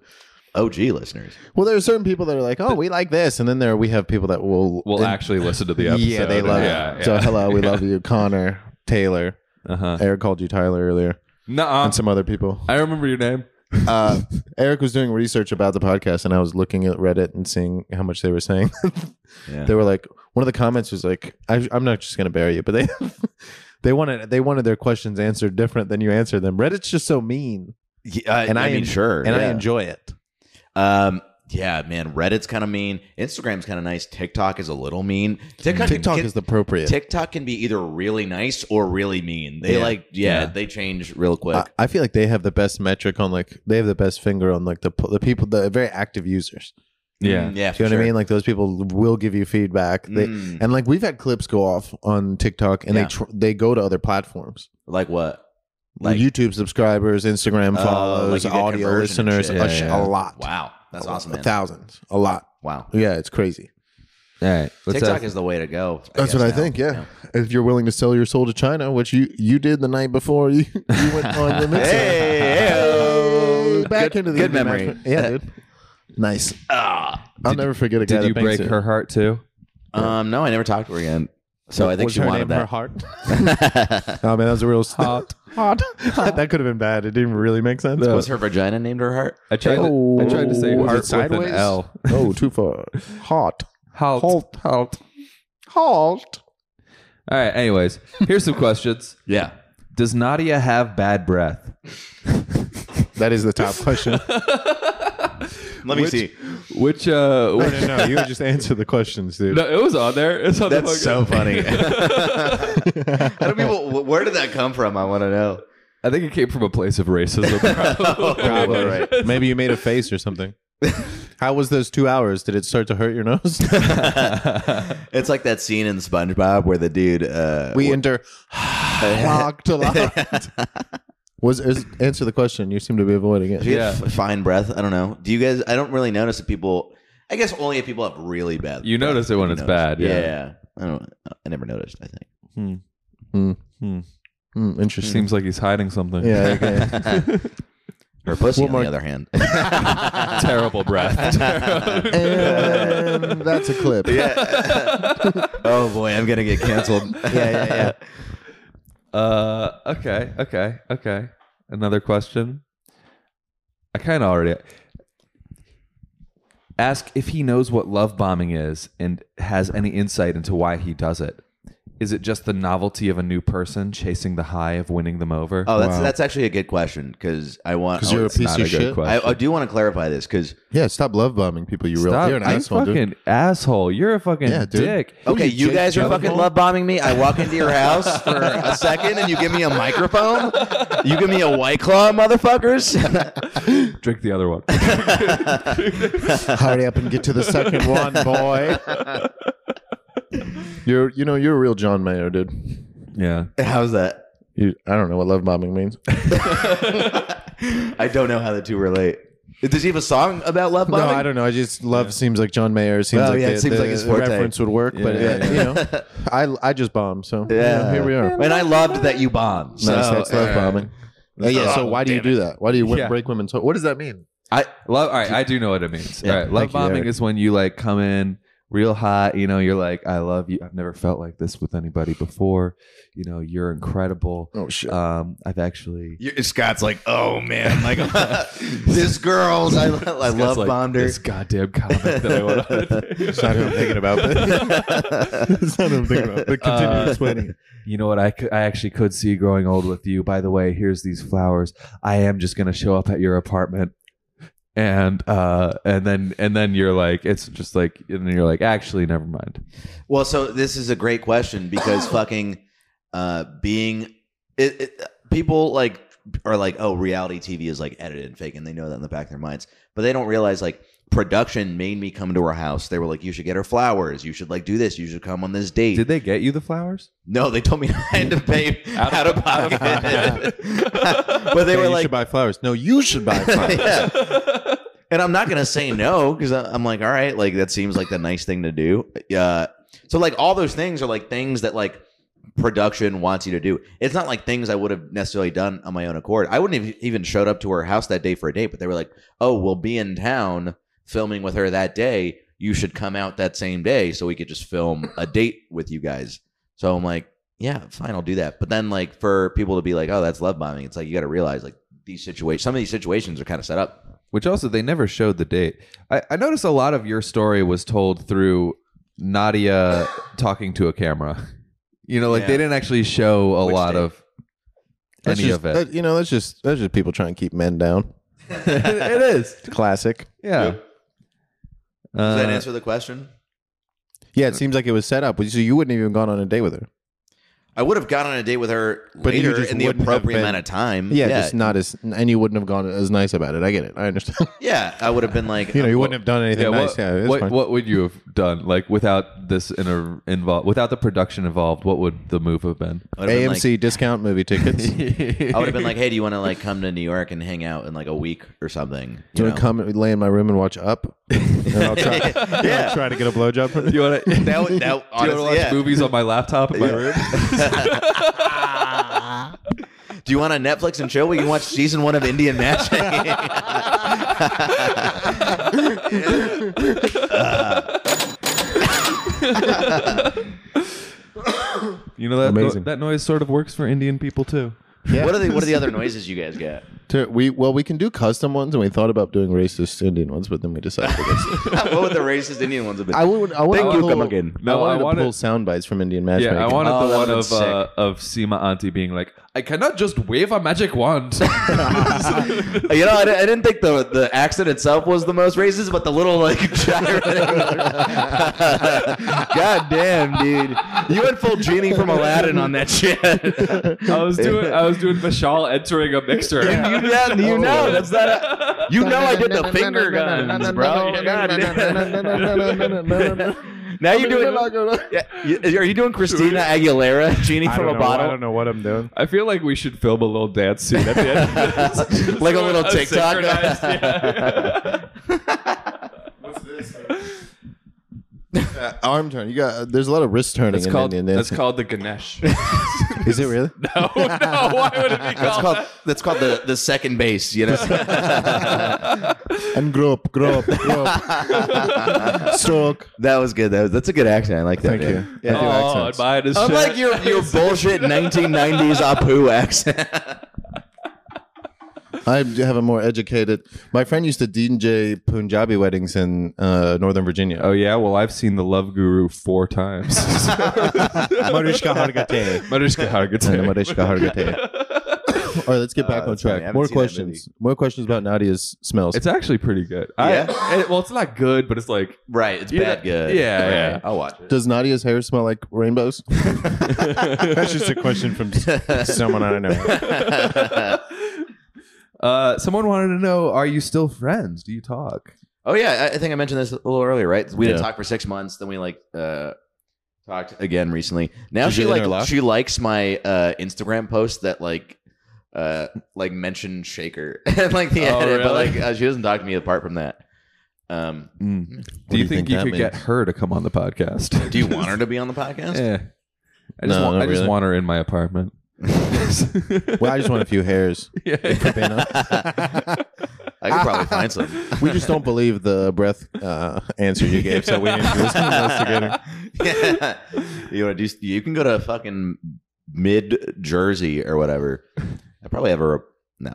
Oh, gee, listeners. well, there are certain people that are like, "Oh, we like this," and then there we have people that will We'll and- actually listen to the episode. [laughs] Yeah, they love yeah, it. So yeah. hello, we love you, Connor Taylor. Uh-huh. Eric called you Tyler earlier, Nuh-uh. and some other people. I remember your name. Uh, Eric was doing research about the podcast, and I was looking at Reddit and seeing how much they were saying. [laughs] Yeah. They were like, one of the comments was like, I, "I'm not just going to bury you," but they [laughs] they wanted they wanted their questions answered different than you answer them. Reddit's just so mean, and uh, I, I mean, en- sure. and I yeah. enjoy it. Um, yeah, man. Reddit's kind of mean. Instagram's kind of nice. TikTok is a little mean. TikTok, TikTok can, is appropriate. TikTok can be either really nice or really mean. They Yeah. Uh, like, yeah, Yeah. they change real quick. I, I feel like they have the best metric on like they have the best finger on like the po- the people the very active users. Yeah. Mm, yeah. Do you know what I mean? Like those people will give you feedback. They, Mm. And like we've had clips go off on TikTok, and Yeah. they tr- they go to other platforms. Like what? like YouTube subscribers, Instagram Oh, like follows, you get audio conversion and listeners, shit. a, sh- Yeah, a yeah. lot. Wow, that's A- awesome, man. Thousands, a lot. Wow. Yeah, it's crazy. All right. Let's TikTok ask- is the way to go. That's guess, what I now. think. Yeah. if you're willing to sell your soul to China, which you you did the night before you, you went on the mixer. Hey, Hey, back Good- into the good indie memory. match- Yeah, dude. Nice. Ah. I'll never forget a guy. Did that you bangs break it. her heart too? Um, no, I never talked to her again. So I think was she her wanted name Her that. heart. [laughs] oh man, that was a real hot, hot. [laughs] that could have been bad. It didn't really make sense. but- Was her vagina named her heart? I tried. Oh, to, I tried to say was heart it with an sideways? L. [laughs] Oh, too far. Hot. Halt. Halt. Halt. Halt. All right. Anyways, here's some questions. Yeah. Does Nadia have bad breath? That is the top question. Let me see. Which uh, no, which, no, no. You would just answer the questions, dude. no, it was on there. It's on That's the [laughs] so funny. How do people? wh- Where did that come from? I want to know. I think it came from a place of racism. [laughs] Probably Oh, right. Maybe you made a face or something. [laughs] How was those two hours? Did it start to hurt your [laughs] nose? It's like that scene in SpongeBob where the dude. Uh, we enter [sighs] lock to lock. [laughs] Was is, answer the question? You seem to be avoiding Do it. you have Yeah. f- fine breath? I don't know. Do you guys? I don't really notice that people. I guess only if people have really bad. You notice it when You it's notice. bad, yeah. I don't. I never noticed. I think. Hmm, interesting. Seems like he's hiding [laughs] something. Yeah. Okay. [laughs] Or pussy What on mark- the other hand. Terrible breath. and that's a clip. [laughs] oh boy, I'm gonna get canceled. [laughs] yeah, yeah, [laughs] yeah. uh, okay. Okay. Okay. Another question. I kind of already ask if he knows what love bombing is and has any insight into why he does it. Is it just the novelty of a new person chasing the high of winning them over? Oh, that's that's actually a good question because I want. Because you're Oh, a I, piece not of a good shit. question. I, I do want to clarify this because Yeah. Stop love bombing people. You real. Stop. You're an I'm asshole, dude. fucking asshole. You're a fucking Yeah, dude. dick. okay, you, Jake guys are Gyllenhaal? fucking love bombing me. I walk into your house for a second and you give me a microphone. You give me a white claw, [laughs] motherfuckers. [laughs] Drink the other one. [laughs] Hurry up and get to the second one, [laughs] boy. you're, you know, you're a real John Mayer, dude. yeah. How's that? You, I don't know what love bombing means. [laughs] I don't know how the two relate. Does he have a song about love No, bombing? I don't know. I just love seems like John Mayer. Seems Well, like yeah, the, it seems the- like his the forte. reference would work, but Yeah, uh, [laughs] you know, I I just bombed, so you Yeah. know, here we are. [laughs] And I loved that you bombed. So, nice, that's love uh, bombing. Uh, yeah. So why do you do that? Why do you win, Yeah. break women's? Heart? What does that mean? I Love. All right, I do know what it means. all right, love thank you, bombing Eric. is when you like come in real hot. You know, you're like, I love you. I've never felt like this with anybody before. You know, you're incredible. Oh shit! Um, I've actually. you- Scott's like, oh man, [laughs] like [laughs] this girl's. I, I This guy's love like, bombed her. This goddamn comic that I went [laughs] It's not on. who I'm thinking about. [laughs] but- it's not who I'm thinking about. But continue Uh, explaining. it. You know what? I, could, I actually could see growing old with you. By the way, here's these flowers. I am just gonna show up at your apartment, and uh, and then and then you're like, it's just like, and then you're like, actually, never mind. [laughs] Well, so this is a great question because fucking uh, being it, it, people like are like, oh, reality TV is like edited and fake, and they know that in the back of their minds, but they don't realize like production made me come to her house. They were like, you should get her flowers. You should like do this. You should come on this date. Did they get you the flowers? no, they told me [laughs] I had to pay out, Out of- of pocket, out [laughs] but they Hey, were you like, should buy flowers. No, you should [laughs] buy [laughs] flowers. Yeah. [laughs] And I'm not gonna say no because I'm like, all right, like that seems like the nice thing to do. Yeah. So like all those things are like things that like production wants you to do. It's not like things I would have necessarily done on my own accord. I wouldn't have even showed up to her house that day for a date, but they were like, oh, we'll be in town filming with her that day. You should come out that same day so we could just film a date with you guys. So I'm like, yeah, fine, I'll do that. But then like for people to be like, oh, that's love bombing. It's like you got to realize like these situations. Some of these situations are kind of set up. which also they never showed the date. I, I noticed a lot of your story was told through Nadia talking to a camera. [laughs] You know, like they Yeah. didn't actually show a Which lot date? of That's any just- of it. that- you know, that's just that's just people trying to keep men down. it is, Classic. [laughs] yeah. Uh, Does Uh, that answer the question? Yeah, it seems like it was set up. So you wouldn't have even gone on a date with her. I would have gone on a date with her But you later just in the wouldn't have appropriate been- amount of time. Yeah, just not as, and you wouldn't have gone as nice about it. I get it. I understand. yeah. I would have been [laughs] like, you know, you uh, wouldn't have done anything Yeah, nice. what, yeah, it's what, fine. what would you have done like without this inter- involved without the production involved what would the move have been I would have been like- AMC discount movie tickets. Do I would have been like, hey, do [laughs] you want to like come to New York and hang out in like a week or something? you You want to [laughs] know? come and lay in my room and watch Up? and I'll try, Yeah. I'll try to get a blowjob from you [laughs] want to? Now- now, [laughs] honestly, watch yeah. movies on my laptop [laughs] in my room? Do you want a Netflix and chill? We can watch season one of [laughs] Indian Magic. [laughs] You know that Amazing. that noise sort of works for Indian people too. Yeah. What are the What are the other noises you guys got? To- we well, we can do custom ones, and we thought about doing racist Indian ones, but then we decided against it. [laughs] what would the racist Indian ones have been? I would. I would Thank you, pull, Kamagan. No, I wanted No, I to wanted- pull sound bites from Indian Yeah, matchmaking. I wanted Oh, the that one would've of been uh, of Seema Auntie being like, "I cannot just wave a magic wand." [laughs] you know, I, di- I didn't think the the accent itself was the most racist, but the little like [laughs] gyrating. God damn, dude! You went full genie from Aladdin on [laughs] that shit. I was doing I was [laughs] doing Vishal entering a mixer. you, know- Oh. you know that's not. A, you know I did the finger guns, bro. [laughs] God damn. [laughs] now you're doing. Yeah, you- are you doing Christina Aguilera, [laughs] genie I from don't a know- I bottle? don't know what I'm doing. I feel like we should film a little dance scene at the end. of this. Just [laughs] [laughs] Like [laughs] a little TikTok? synchronized- yeah. Uh, arm turn. You got. There's a lot of wrist turning That's in [laughs] called Indian that's dancing. called the [laughs] Ganesh. Is it really? No, no. Why would it be [laughs] That's called? [laughs] called that's called the the second [laughs] base. You know. and grope, grope, grope. [laughs] Stroke. That was good. That was, that's a good accent. I like that. Thank man. you. I do oh, accents. and mine is Unlike shit. [laughs] your, your bullshit 1990s Apu accent. I have a more educated. My friend used to DJ Punjabi weddings in uh, Northern Virginia. Oh yeah, well I've seen the Love Guru four [laughs] times. Marishka Hargate. Mariska [laughs] And Hargitay. Marishka [laughs] Hargate. All right, let's get back Uh, on that's funny. I track. haven't More seen that questions. More questions about Nadia's smells. It's actually pretty good. I- Yeah? it- well, it's not good, but it's like Right. It's Yeah. bad good. Yeah, Right. yeah. I'll watch it. Does Nadia's hair smell like rainbows? [laughs] That's just a question from someone I don't know. uh, someone wanted to know: Are you still friends? Do you talk? [laughs] Oh, yeah. I, I think I mentioned this a little earlier, right? We didn't Yeah. talk for six months. Then we, like, uh, talked again recently. Now Did she, you like, interlock? she likes my uh, Instagram post that, like, uh, like mentioned Shaker [laughs] and like the Oh, edit, but really? like uh, she doesn't talk to me apart from that. Um, Do you, think, you that could get means? her to come on the podcast? [laughs] do you want her to be on the podcast? Yeah. I just, No, want, not I just really. want her in my apartment. [laughs] Um, Well, I just want a few [laughs] hairs. yeah. You know? I could probably find some. We just don't believe the breath uh, answer you gave, [laughs] so we didn't do this investigating. [laughs] yeah. You want to do? You can go to fucking mid Jersey or whatever. I probably have a rep- no.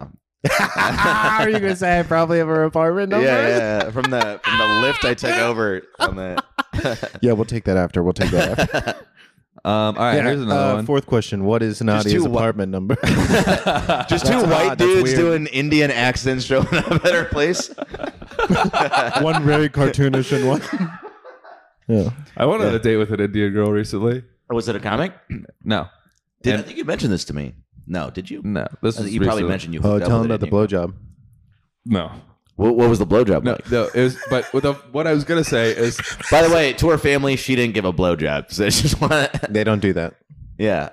Are you gonna say I probably have a apartment Yeah, [laughs] yeah, yeah. From the from the lift I took over on that. Yeah, we'll take that after. We'll take that after. Um, all right, Yeah, here's another uh, one. Fourth question: What is Nadia's two wa- apartment [laughs] number? [laughs] Just That's two white odd. That's dudes weird. doing Indian accents showing up at her place. one very cartoonish and one. [laughs] Yeah. I went on a date with an Indian girl recently. Was it a comic? No, Did I And- think you mentioned this to me? No, did you? no, this I is think you probably recently. mentioned you. Oh, hooked up tell him about with an the Indian- blowjob. No, What, what was the blowjob no, like? no. It was, but with the, what I was gonna say is, [laughs] By the way, to her family, she didn't give a blowjob. So she just wanted, They don't do that. yeah.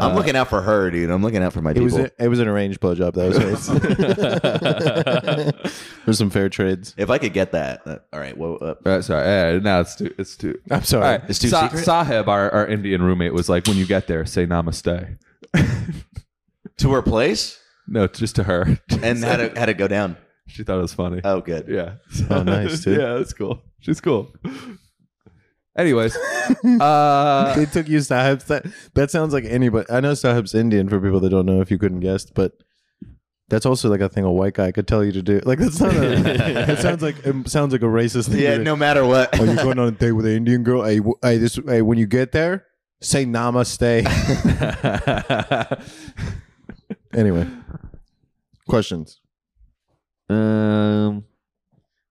I'm looking out for her, dude. I'm looking out for my It people. was a, it was an arranged blowjob though. So [laughs] it's [laughs] There's some fair trades. If I could get that, uh, all right. Well, uh, uh, sorry, uh, no, it's too, it's too. I'm sorry. All right. It's too secret? Sahib, our, our Indian roommate, was like, when you get there, say namaste. to her place No, just to her. and had it had it go down. [laughs] she thought it was funny. Oh, good. yeah. Oh, [laughs] nice, dude. yeah, that's cool. She's cool. [laughs] Anyways, uh, [laughs] They took you Sahib's. That, that sounds like anybody. I know Sahib's Indian for people that don't know if you couldn't guess, but that's also like a thing a white guy could tell you to do. Like that's not. [laughs] A, it sounds like it sounds like a racist thing. Yeah, to do. no matter what. Are you going on a date with an Indian girl? Hey, w- hey, this, hey, when you get there, say [laughs] namaste. anyway, questions. um, [laughs]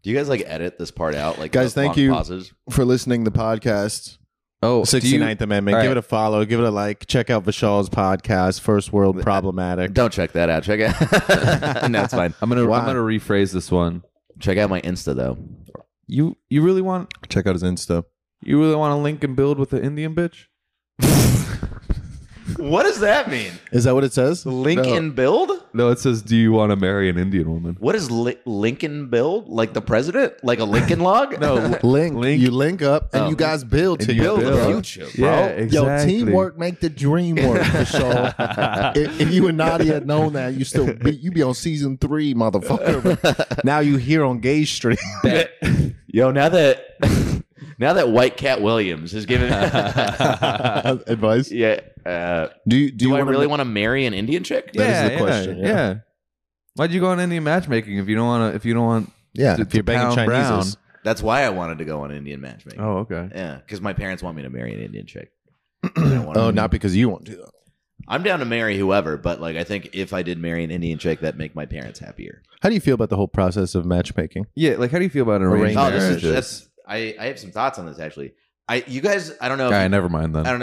Do you guys like edit this part out? Like, Guys, the thank long you. Pauses? For listening to the podcast, oh, do you- 69th Amendment, all give it right. a follow, give it a like, check out Vishal's podcast, First World Problematic. Don't check that out. Check out. [laughs] no, it's fine. I'm gonna Why? I'm gonna rephrase this one. Check out my Insta though. You you really want Check out his Insta. you really want to link and build with the Indian bitch? What does that mean? Is that what it says? Link No. and build? No, it says, "Do you want to marry an Indian woman?" What is li- Lincoln build? Like the president? Like a Lincoln log? No, Link. Link. You link up and Oh. you guys build And to you build build. bro. future. yeah, Yo, exactly. teamwork make the dream work for sure. if, if you and Nadia had known that, you still be, you be on season three, motherfucker. But now you here on Gage Street. [laughs] Yo, now that [laughs] Now that White Cat Williams [laughs] has given, uh, Advice? yeah, uh, Do you do, do you I wanna really ma- want to marry an Indian chick? That is the question, Yeah. yeah. Why'd you go on Indian matchmaking if you don't want to? If you don't want, Yeah, to- if you're to banging pound brown. Chinese, that's why I wanted to go on Indian matchmaking. oh okay. Yeah, because my parents want me to marry an Indian chick. I don't want oh, to- not because you want to. though. I'm down to marry whoever, but like I think if I did marry an Indian chick, that'd make my parents happier. How do you feel about the whole process of matchmaking? Yeah, like how do you feel about an arranged Arranged Oh, this marriage? is that's I, I have some thoughts on this actually. I you guys I don't know. All if right, you- never mind then. I don't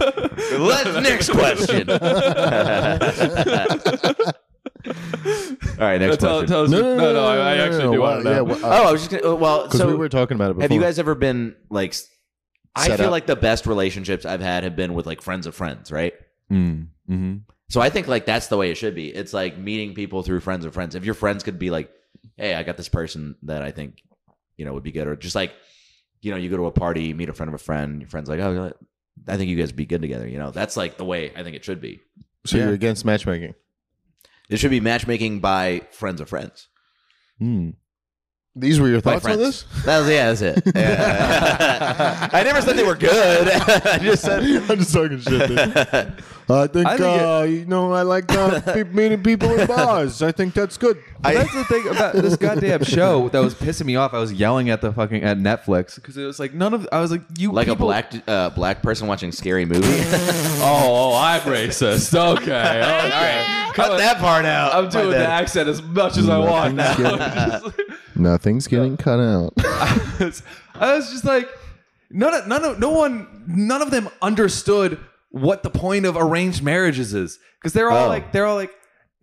know. Let's next question. [laughs] All right, next tell, question. tell us- I, I actually do want to know. Because oh, I was just gonna, well. So we were talking about it before. have you guys ever been like? s- I Set feel up. like the best relationships I've had have been with like friends of friends, right? Mm, hmm So I think like that's the way it should be. It's like meeting people through friends of friends. If your friends could be like, "Hey, I got this person that I think you know would be good," or just like, you know, you go to a party, you meet a friend of a friend, your friend's like, "Oh, I think you guys would be good together." You know, that's like the way I think it should be. so you're against matchmaking? It should be matchmaking by friends of friends. Mm. These were your By thoughts on friends. this? That was yeah, that's it. [laughs] Yeah. [laughs] I never said they were good. [laughs] I just said. I'm just talking shit. Dude. I think, I think uh, you know, I like uh, pe- meeting people in bars. I think that's good. But that's the thing about this goddamn show that was pissing me off. I was yelling at the fucking at Netflix because it was like none of. I was like, you Like people- a black uh, black person watching scary movie. Oh, oh, I'm racist. Okay, okay. [laughs] Cut that part out. I'm doing My the bad. accent as much as I want now. Nothing's getting cut out. [laughs] I was just like, none of, none of, no one, none of them understood what the point of arranged marriages is because they're all Oh. like, they're all like,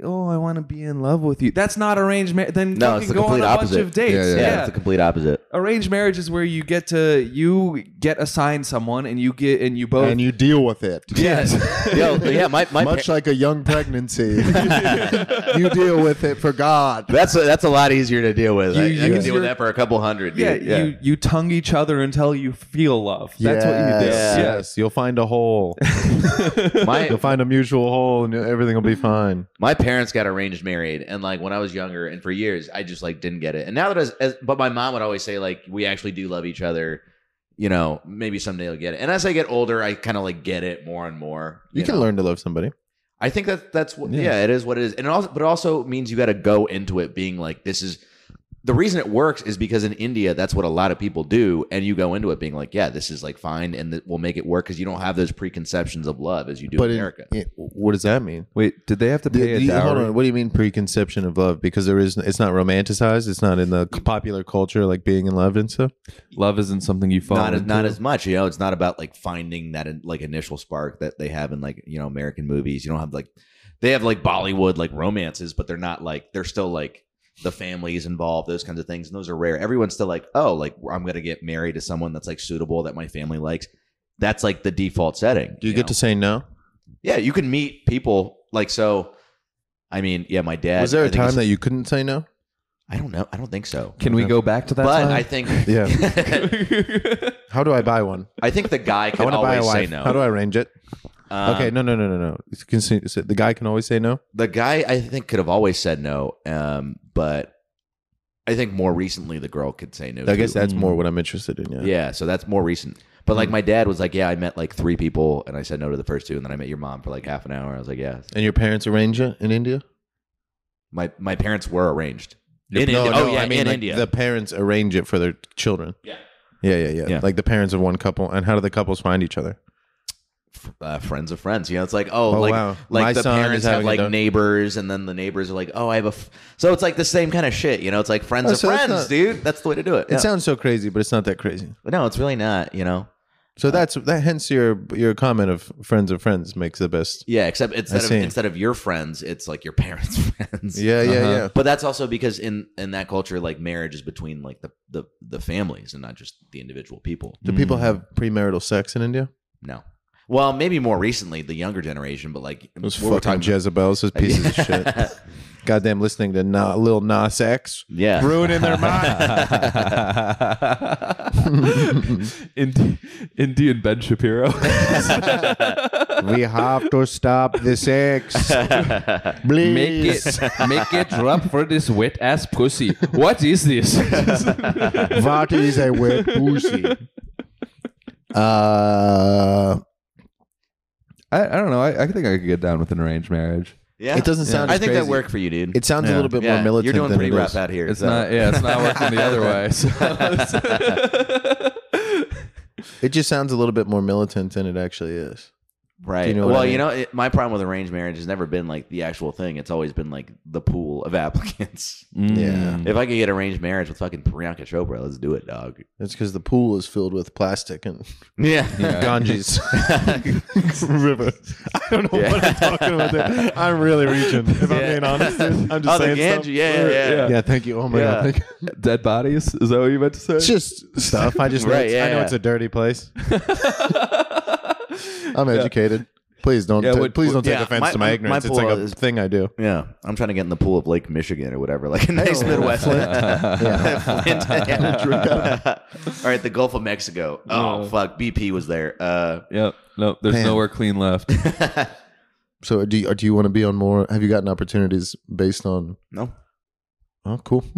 oh, I want to be in love with you. That's not arranged marriage. Then No, fucking it's the go on complete a opposite. bunch of dates. Yeah, yeah, Yeah, yeah. it's the complete opposite. arranged marriage is where you get to you get assigned someone and you get and you both. and you deal with it. yes. Yo, yeah, my, my Much like a young pregnancy, you deal with it for God. That's a, that's a lot easier to deal with. You I, I can use deal with your- that for a couple hundred. [laughs] Yeah, dude. yeah. you you tongue each other until you feel love. That's what you do. Yes, Yeah. Yes, you'll find a hole. You'll [laughs] my find a mutual hole, and everything will be fine. my parents got arranged married, and like when I was younger, and for years, I just like didn't get it. And now that as, as but my mom would always say like we actually do love each other. You know, maybe someday you'll get it. And as I get older, I kind of like get it more and more. You, can know? learn to love somebody. I think that that's what, Yeah. yeah. it is what it is, and it also, but it also means you got to go into it being like, this is the reason it works is because in India that's what a lot of people do, and you go into it being like, yeah, this is like fine, and that we'll make it work because you don't have those preconceptions of love as you do But in in- America. it- what does that mean? Wait, did they have to The- pay the- a hold dowry? on. What do you mean preconception of love? Because there is, it's not romanticized. It's not in the c- popular culture like being in love and stuff. Love isn't something you fall not as into. not as much, you know. It's not about like finding that in, like initial spark that they have in like you know American movies. You don't have like they have like Bollywood like romances, but they're not like they're still like the families involved, those kinds of things, and those are rare. Everyone's still like, oh, like I'm gonna get married to someone that's like suitable that my family likes. That's like the default setting. Do you, get know? to say no? yeah, you can meet people like so. I mean, yeah, my dad. Was there a a time that you couldn't say no? I don't know? I don't think so. Can we go back to that? but time? I think Yeah. How do I buy one? [laughs] I think the guy I can want to buy a always say wife. no. How do I arrange it? Um, okay, no, no, no, no, no. It's con- so The guy can always say no. the guy I think could have always said no, um, but I think more recently the girl could say no. I guess too. Mm. that's more Mm. what I'm interested in. Mm. Yeah. yeah. So that's more recent. But like my dad was like, yeah, I met like three people and I said no to the first two, and then I met your mom for like half an hour. I was like, yeah. And your parents arrange it in India? My my parents were arranged Your- in India. oh yeah, I mean, in like, India. The parents arrange it for their children. Yeah. Yeah, yeah, yeah, Yeah. Like the parents of one couple. And how do the couples find each other? uh, friends of friends. You know, it's like oh, Oh, like wow. like My the son is parents have having a like don- neighbors, and then the neighbors are like oh, I have a. F-. So it's like the same kind of shit. You know, it's like friends Oh, of so it's friends, not- dude. That's the way to do it. It Yeah. sounds so crazy, but it's not that crazy. But no, it's really not. You know, So that's that. Hence your your comment of friends of friends makes the best. Yeah, except instead of see. instead of your friends, it's like your parents' [laughs] friends. Yeah, yeah, Uh-huh. yeah. But that's also because in in that culture, like marriage is between like the the, the families and not just the individual people. Mm. Do people have premarital sex in India? No. Well, maybe more recently, the younger generation, but like Those what we're fucking Jezebels, those pieces of shit. [laughs] Goddamn, listening to na- Lil Nas X, yeah. ruining their Ind- Indian Ben Shapiro. we have to stop the [laughs] sex, please. [laughs] make it drop for this wet ass pussy. What is this? What is a wet pussy? Uh, [laughs] I, I don't know. I, I think I could get down with an arranged marriage. yeah. it doesn't sound. I as think that crazy. worked for you, dude. It sounds Yeah. a little bit yeah, more militant. You're doing than pretty it rough is. out here. It's so- not. Yeah, it's [laughs] not working the other way. so- It just sounds a little bit more militant than it actually is. Right. you know what well, I you mean? know, it, my problem with arranged marriage has never been like the actual thing. It's always been like the pool of applicants. Mm, Yeah. if I could get arranged marriage with fucking Priyanka Chopra, let's do it, dog. It's because the pool is filled with plastic and Yeah. Ganges [laughs] River. I don't know what I'm talking about. There. I'm really reaching. If I'm Yeah. being honest, dude. I'm just Oh, the saying Ganges. stuff. Yeah, yeah, yeah. yeah. Thank you. Oh my Yeah. god. Thank [laughs] you. [laughs] Dead bodies? Is that what you meant to say? It's just stuff. I just know Right, it's- I yeah, know yeah. it's a dirty [laughs] place. I'm educated. Please don't. Yeah, ta- what- please don't what- take yeah, offense my- to my my ignorance. it's pool like a is- thing I do. Yeah. I'm trying to get in the pool of Lake Michigan or whatever, like a nice Oh, Midwest. [laughs] Yeah. Flint. Yeah. [laughs] All right, the Gulf of Mexico. Oh Yeah. fuck, BP was there. Uh, Yep. No, there's Man. nowhere clean [laughs] left. So do you, do you want to be on more? Have you gotten opportunities based on? no. [laughs] Oh, cool. [laughs]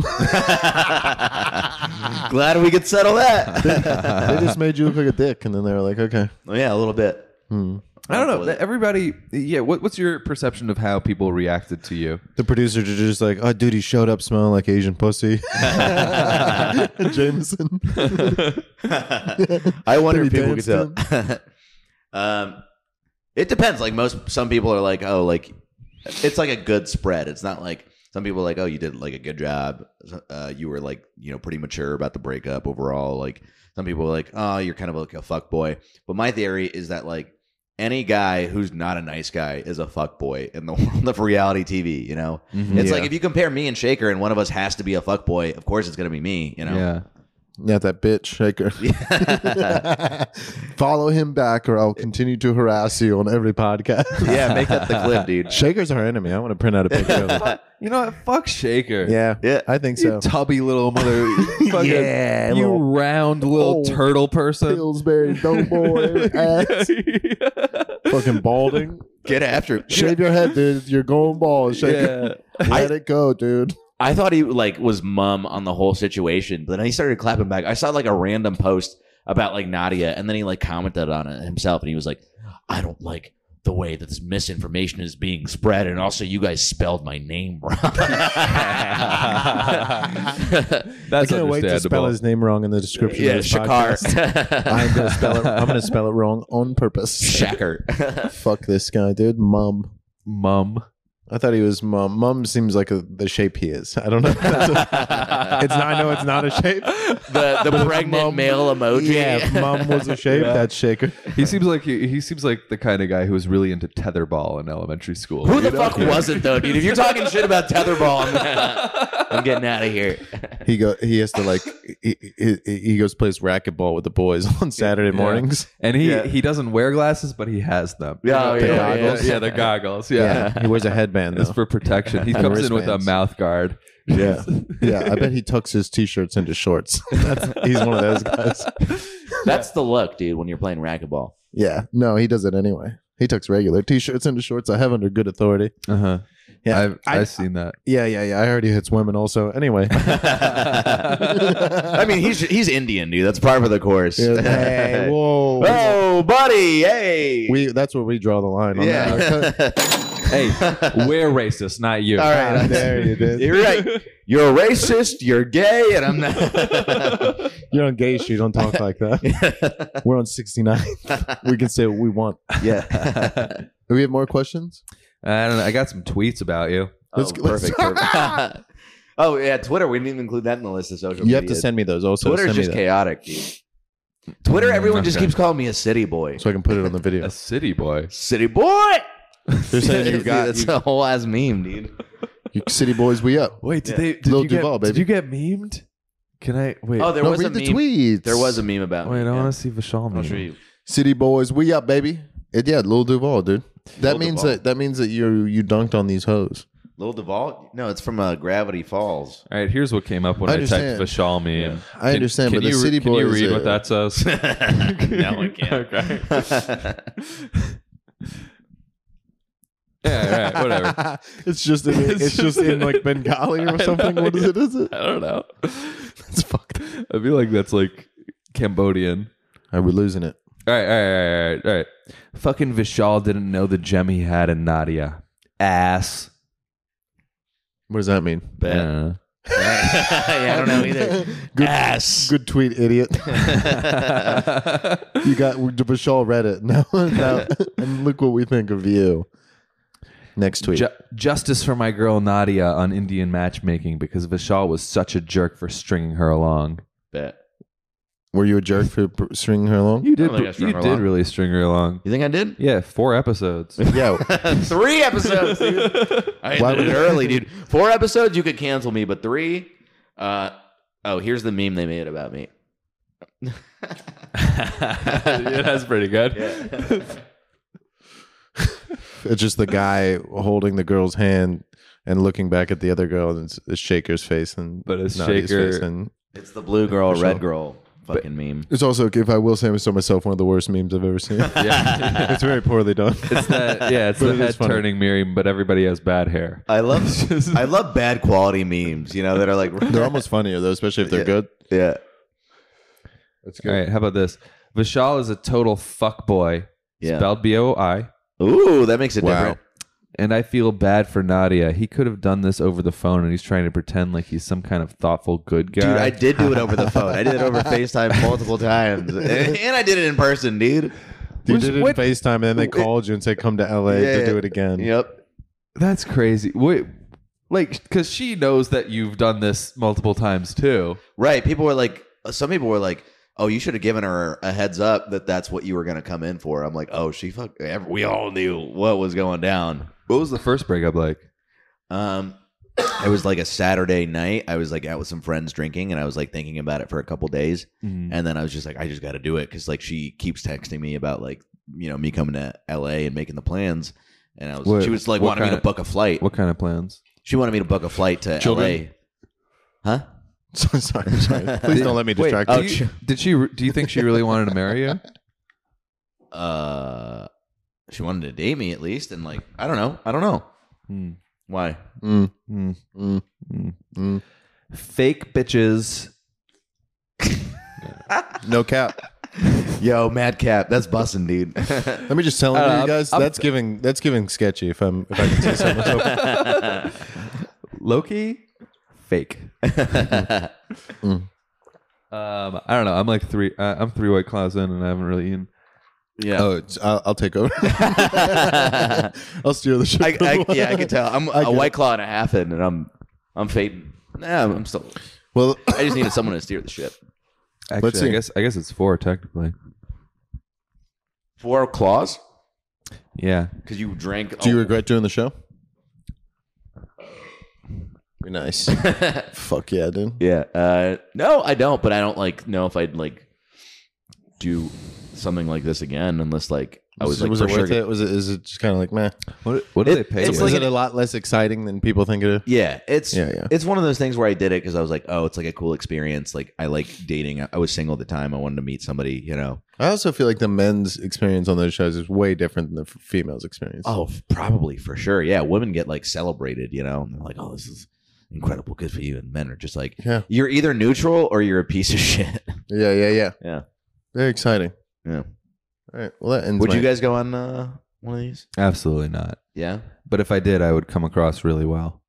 Glad we could [laughs] settle that. they just made you look like a dick, and then they were like, okay. Oh, yeah, a little bit. Hmm. I don't know. that Everybody, yeah. What, what's your perception of how people reacted to you? The producers are just like, oh, dude, he showed up smelling like Asian [laughs] pussy. [laughs] Jameson. I wonder if Did he people could tell. [laughs] um, it depends. Like most, some people are like, oh, like it's like a good spread. It's not like some people are like, oh, you did like a good job. Uh, you were like, you know, pretty mature about the breakup overall. Like some people are like, oh, you're kind of like a fuck boy. But my theory is that like any guy who's not a nice guy is a fuck boy in the [laughs] world of reality TV. You know, it's like if you compare me and Shaker, and one of us has to be a fuck boy. Of course, it's gonna be me. You know. Yeah. Not that bitch shaker. [laughs] Follow him back, or I'll continue to harass you on every podcast. [laughs] Yeah, make that the clip, [laughs] dude. Shaker's our enemy. I want to print out a picture of him. [laughs] You know what? Fuck Shaker. Yeah, Yeah. I think so. Tubby little mother. [laughs] fucking- Yeah, You little round little Oh, turtle person. Pillsbury dope [laughs] boy [laughs] ass, fucking balding. Get after it. Shave your head, dude. You're going bald. Shaker. yeah. [laughs] Let it go, dude. I thought he like was mum on the whole situation, but then he started clapping back. I saw like a random post about like Nadia, and then he like commented on it himself, and he was like, "I don't like the way that this misinformation is being spread, and also you guys spelled my name wrong." [laughs] That's I can't wait to spell understandable. his name wrong in the description. yeah, of this podcast. [laughs] I'm Shakar, gonna spell it. I'm gonna spell it wrong on purpose. Shaker. Fuck this guy, dude. Mum. Mum. I thought he was mum. Mum seems like a, the shape he is. I don't [laughs] know. it's not. I know it's not a shape. the [laughs] the pregnant Mum. male emoji. [laughs] Yeah, mum was a shape. That's shaker. He seems like he, he seems like the kind of guy who was really into tetherball in elementary school. Who You the know? fuck was it though, dude? If you're talking shit about tetherball, I'm, [laughs] I'm getting out of here. He go. He has to like. He, he, he goes plays racquetball with the boys on Saturday Yeah. mornings. And he Yeah. he doesn't wear glasses, but he has them. Yeah, the yeah, goggles. yeah. Yeah, the goggles. Yeah. he wears a headband. It's Though. for protection. [laughs] He comes in with a wristbands. mouth guard. [laughs] yeah, yeah. I bet he tucks his t-shirts into shorts. [laughs] That's, he's one of those guys. That's the look, dude, when you're [laughs] playing racquetball. Yeah. No, he does it anyway. He tucks regular t-shirts into shorts. I have under good authority. Uh huh. Yeah. I've, I- I've seen that. Yeah, yeah, yeah. I heard he hits women also. [laughs] Anyway. I mean, he's he's Indian, dude. That's part of the course. [laughs] Yeah, hey, whoa. oh, buddy, hey. We that's where we draw the line. On yeah. [laughs] [laughs] That. hey, we're racist, not you. All How [laughs] right. dare you, dude. [laughs] You're right. You're racist. You're gay, and [laughs] I'm not. You're on gay street. Don't talk like [laughs] that. We're on 69. We can say what we want. [laughs] yeah. Do we have more questions? I don't know. I got some tweets about you. Let's oh, go- let's- perfect. [laughs] perfect. oh yeah, Twitter. We didn't include that in the list of social. You have to media. send me those also. Twitter's send me just that. Mm, chaotic, dude. Twitter, everyone just Okay. keeps calling me a city boy. so I can put it on the [laughs] video. A city boy. City boy. They're [laughs] saying you Dude, got that's you, a whole ass meme, dude. you city boys. We up. [laughs] Wait, did they? Did Lil you, get, Duval, did baby. you get memed? Can I wait? Oh, there no, was read a the meme. tweets. There was a meme about. wait, I me, yeah. want to see Vishal meme. I'll show you. city boys. We up, baby. And yeah, Lil Duval, dude. That Lil means Duval. that that means that you you dunked on these [laughs] hoes. Lil Duval? No, it's from uh, Gravity Falls. All right, here's what came up when I I, typed understand. Vishal meme. I understand, can but the you, re- city can boy you is read a- what that [laughs] says? no, I can't. [laughs] okay. Yeah, all right, whatever. it's just in, it's just in [laughs] like Bengali or something. What is it? Is it? [laughs] I don't know. That's fucked. [laughs] I feel like that's like Cambodian. Are we losing it? All right, all right, all right, all right. Fucking Vishal didn't know the gem he had in Nadia. Ass. Uh-huh. What does that mean? Yeah. [laughs] yeah, I don't know either. [laughs] good, Good tweet, [laughs] idiot. you got Bashal read [laughs] it. Now, now, [laughs] and look what we think of you. Next tweet. Ju- justice for my girl Nadia on Indian matchmaking because Vishal was such a jerk for stringing her along. Bet. Were you a jerk for pr- stringing her along? You did. think I strung You her did along. really string her along. You think I did? Yeah, four [laughs] episodes. Yeah. [laughs] three episodes, dude. I Why ended it would- early, dude. Four episodes, you could cancel me, but three. Uh, oh, here's the meme they made about me. yeah, that's pretty good. It's just the guy holding the girl's hand and looking back at the other girl and it's, it's Shaker's face and But it's Nadia's Shaker- face and [laughs] It's the blue girl, For red sure. girl fucking meme. it's also if I will say so myself one of the worst memes I've ever [laughs] seen. [laughs] it's very poorly done. It's that, yeah, it's But the it is head funny. turning mirror, but everybody has bad hair. I [laughs] love I love bad quality memes, you know, that are like [laughs] they're almost funnier though, especially if they're Yeah. good. [laughs] yeah. That's All right, how about this? Vishal is a total fuckboy, Yeah. spelled B O I, Ooh, that makes it Wow. different. and I feel bad for Nadia. He could have done this over the phone, and he's trying to pretend like he's some kind of thoughtful good guy. Dude, I did do it over the phone. I did [laughs] it over FaceTime multiple times. [laughs] And, and I did it in person, dude. You Which- did it in what- FaceTime and then they called you and said come to LA Yeah, to do yeah. it again. Yep. That's crazy. Wait, like, because she knows that you've done this multiple times too. Right. People were like, some people were like, oh, you should have given her a heads up that that's what you were going to come in for. I'm like, oh, she fuck. ev- We all knew what was going down. What was the first breakup like? Um, it was like a Saturday night. I was like out with some friends drinking, and I was like thinking about it for a couple days. Mm-hmm. And then I was just like, I just got to do it because like she keeps texting me about like you know me coming to L.A. and making the plans. And I was What- she was like what wanting me to kinda- book a flight. What kind of plans? She wanted me to book a flight to Children? L.A. Huh? So [laughs] sorry, sorry. Please don't let me Wait, distract do you. you- did she? Do you think she really wanted to marry you? Uh, she wanted to date me at least, and like I don't know, I don't know Hmm. why. Mm, Hmm. mm, Mm. mm. [laughs] Fake bitches. No cap. Yo, madcap, that's busting, dude. [laughs] Let me just tell you I don't know, guys, I'm- that's giving that's giving sketchy. If I'm if I can say so [laughs] myself. Loki, fake. Um, I don't know. I'm like three. Uh, I'm three white claws in, and I haven't really eaten. [laughs] yeah. Oh, it's, I'll, I'll take over. I'll steer the ship. I, I, [laughs] yeah, I can tell. I'm a get white claw and a half in, and I'm I'm fading. Nah, I'm still. Well, I just needed someone to steer the ship. Actually, Let's see. I guess I guess it's four technically. Four claws Yeah. because you drank. do you regret doing the show? Be [laughs] nice. Fuck yeah, dude. Yeah. Uh, no, I don't. But I don't like know if I'd like do something like this again unless like I was like was for it sure worth get- it? Was it is it just kind of like meh? What What do It- they pay? it's you? like is an- it a lot less exciting than people think it is? Yeah, it's Yeah, yeah. it's one of those things where I did it because I was like, oh, it's like a cool experience. Like I like dating. I I was single at the time. I wanted to meet somebody. You know. I also feel like the men's experience on those shows is way different than the f- females' experience. Oh, f- probably for sure. Yeah, women get like celebrated. You know, and they're like, oh, this is incredible, good for you. And men are just like, Yeah. you're either neutral or you're a piece of [laughs] shit. Yeah, yeah, yeah. Yeah. Very exciting. Yeah. All right. Well, that ends. Would my- you guys go on uh, one of these? Absolutely not. Yeah, But if I did, I would come across really well.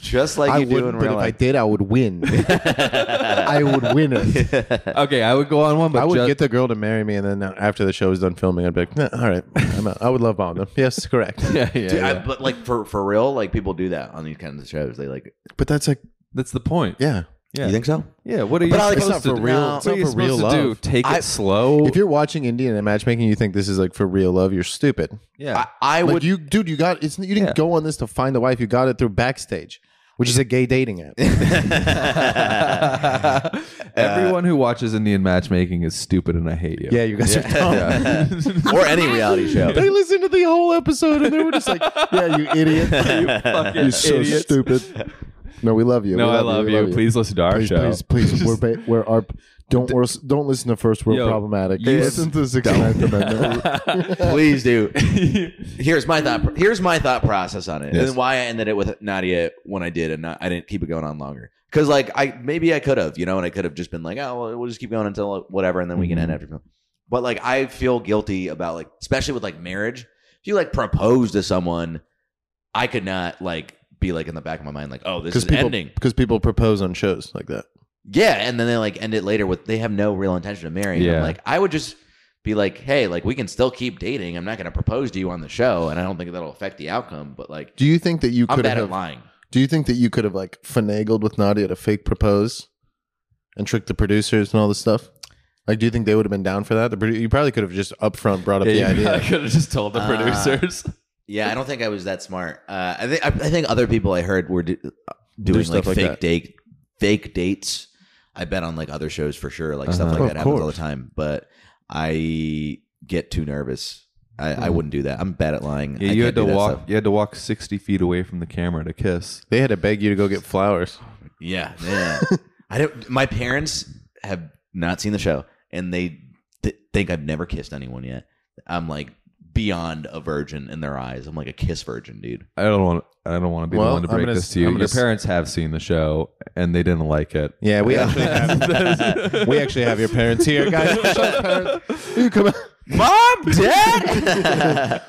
just like I you do wouldn't, in but real if I life. did, I would win. [laughs] I [laughs] Uh, would win [laughs] it. Okay, I would go on one, but I would ju- get the girl to marry me, and then after the show is done filming, I'd be like, nah, "All right, I'm out. I would love [laughs] bomb them." Yes, correct. [laughs] yeah, yeah, Dude, I, yeah. but like for for real, like people do that on these kinds of shows. They like But that's like, That's the point. yeah, Yeah. You think so? Yeah, what are you But I like- supposed it's not to for real- do? it's What are not you for supposed real to do? love. Take I- it slow. If you're watching Indian and matchmaking, you think this is like for real love. You're stupid. yeah, I, I Like would. you, dude, you got it's. You didn't Yeah. go on this to find a wife. You got it through Backstage, which is a gay dating [laughs] app. Uh, Everyone who watches Indian matchmaking is stupid, and I hate you. yeah, you [laughs] guys are dumb. [laughs] [laughs] or any reality show. They listened to the whole episode and they were just [laughs] like, "Yeah, [laughs] you [laughs] idiot, fucking you're so idiots. stupid." No, we love you. No, We I love we you. Please listen to our please, show. please, [laughs] please. we're, ba- we're our don't wor- don't listen to first world Yo, problematic. you listen to the Sixth Ninth Amendment. Please do. Here's my thought. Here's my thought process on it, and why I ended it with Nadia when I did, and not, I didn't keep it going on longer. Because like I maybe I could have, you know, and I could have just been like, oh, well, we'll just keep going until like, whatever, and then we can Mm-hmm. end after. But like I feel guilty about like, especially with like marriage. If you like propose to someone, I could not like be like in the back of my mind like, oh, this is people ending. because people propose on shows like that. Yeah, and then they like end it later with they have no real intention of marrying. Yeah. Yeah. Like I would just be like, hey, like we can still keep dating. I'm not going to propose to you on the show, and I don't think that'll affect the outcome. But like, Do you think that you I'm could bad have? at lying. Do you think that you could have like finagled with Nadia to fake propose and trick the producers and all this stuff? Like, do you think they would have been down for that? The produ- you probably could have just upfront brought up Yeah, the Ah. you idea. could have just told the Uh, producers. Yeah, I don't think I was that smart. Uh, I think I, I think other people I heard were do, uh, doing stuff like, like fake that. date fake dates. I bet on like other shows for sure, like stuff Uh-huh. like Of that happens all the course. time. But I get too nervous. I, I wouldn't do that. I'm bad at lying. Yeah, I you had can't to do that walk. stuff. You had to walk sixty feet away from the camera to kiss. They had to beg you to go get flowers. Yeah, yeah. I don't. My parents have not seen the show, and they th- think I've never kissed anyone yet. I'm like beyond a virgin in their eyes. I'm like a kiss virgin, dude. I don't want. I don't want to be Well, the one to I'm break gonna this s- to you. I'm gonna Your s- parents have seen the show and they didn't like it. Yeah, [laughs] we actually [laughs] have we actually have your parents here, guys. [laughs] Shut up, parents. You come out. Mom, Dad.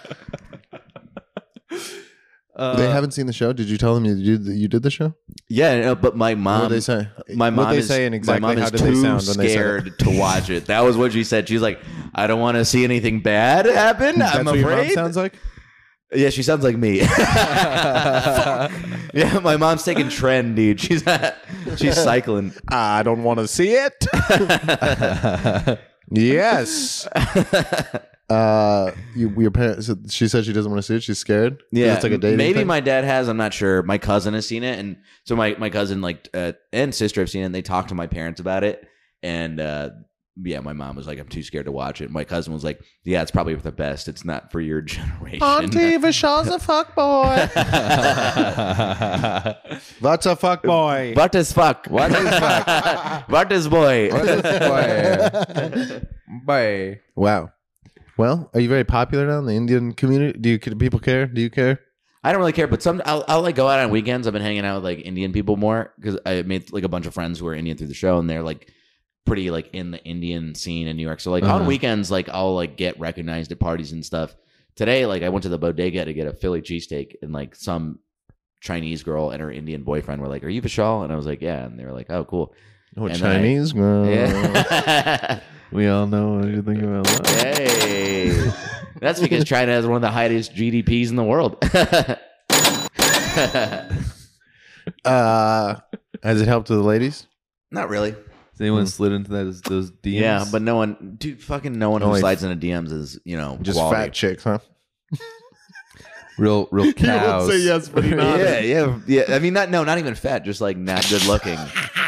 Uh, they haven't seen the show. Did you tell them you did you did the show? [laughs] yeah, no, but my mom. what did they say? My mom What they is, say and exactly my mom how is did too they sound when they said scared to watch it. That was what she said. She's like, I don't want to see anything bad happen. That's I'm what afraid. your mom sounds like. Yeah, she sounds [laughs] like me. [laughs] Fuck. yeah, my mom's taking trend, dude. She's [laughs] she's cycling. I don't want to see it. [laughs] yes. [laughs] Uh, you, your parents. She said she doesn't want to see it. She's scared. 'Cause Yeah, it's like a dating. maybe thing? my dad has. I'm not sure. My cousin has seen it, and so my my cousin like uh, and sister have seen it. and They talked to my parents about it, and uh, yeah, my mom was like, "I'm too scared to watch it." My cousin was like, "Yeah, it's probably for the best. It's not for your [laughs] generation." Vishaw's a fuck [laughs] boy. That's a fuck boy. what is fuck? What is [laughs] fuck? what is boy? [laughs] Bye. Wow. Well, are you very popular now in the Indian community? Do you do people care? Do you care? I don't really care, but some I'll, I'll like go out on weekends. I've been hanging out with like Indian people more because I made like a bunch of friends who are Indian through the show, and they're like pretty like in the Indian scene in New York. So like Uh-huh. on weekends, like I'll like get recognized at parties and stuff. Today, like I went to the bodega to get a Philly cheesesteak, and like some Chinese girl and her Indian boyfriend were like, "Are you Vishal?" And I was like, "Yeah," and they were like, "Oh, cool." Oh, And I- Chinese girl. Yeah. [laughs] We all know what you think about that. hey, that's because China has one of the highest GDPs in the world. [laughs] Uh, has it helped with the ladies? Not really. Has Mm. anyone slid into that, those DMs? Yeah, but no one, dude, fucking no one who Only- slides into DMs is, you know, Just [laughs] quality. fat chicks, huh? real, [laughs] real cows. but he Yeah, yeah, yeah. I mean, not no, not even fat, just like not good looking.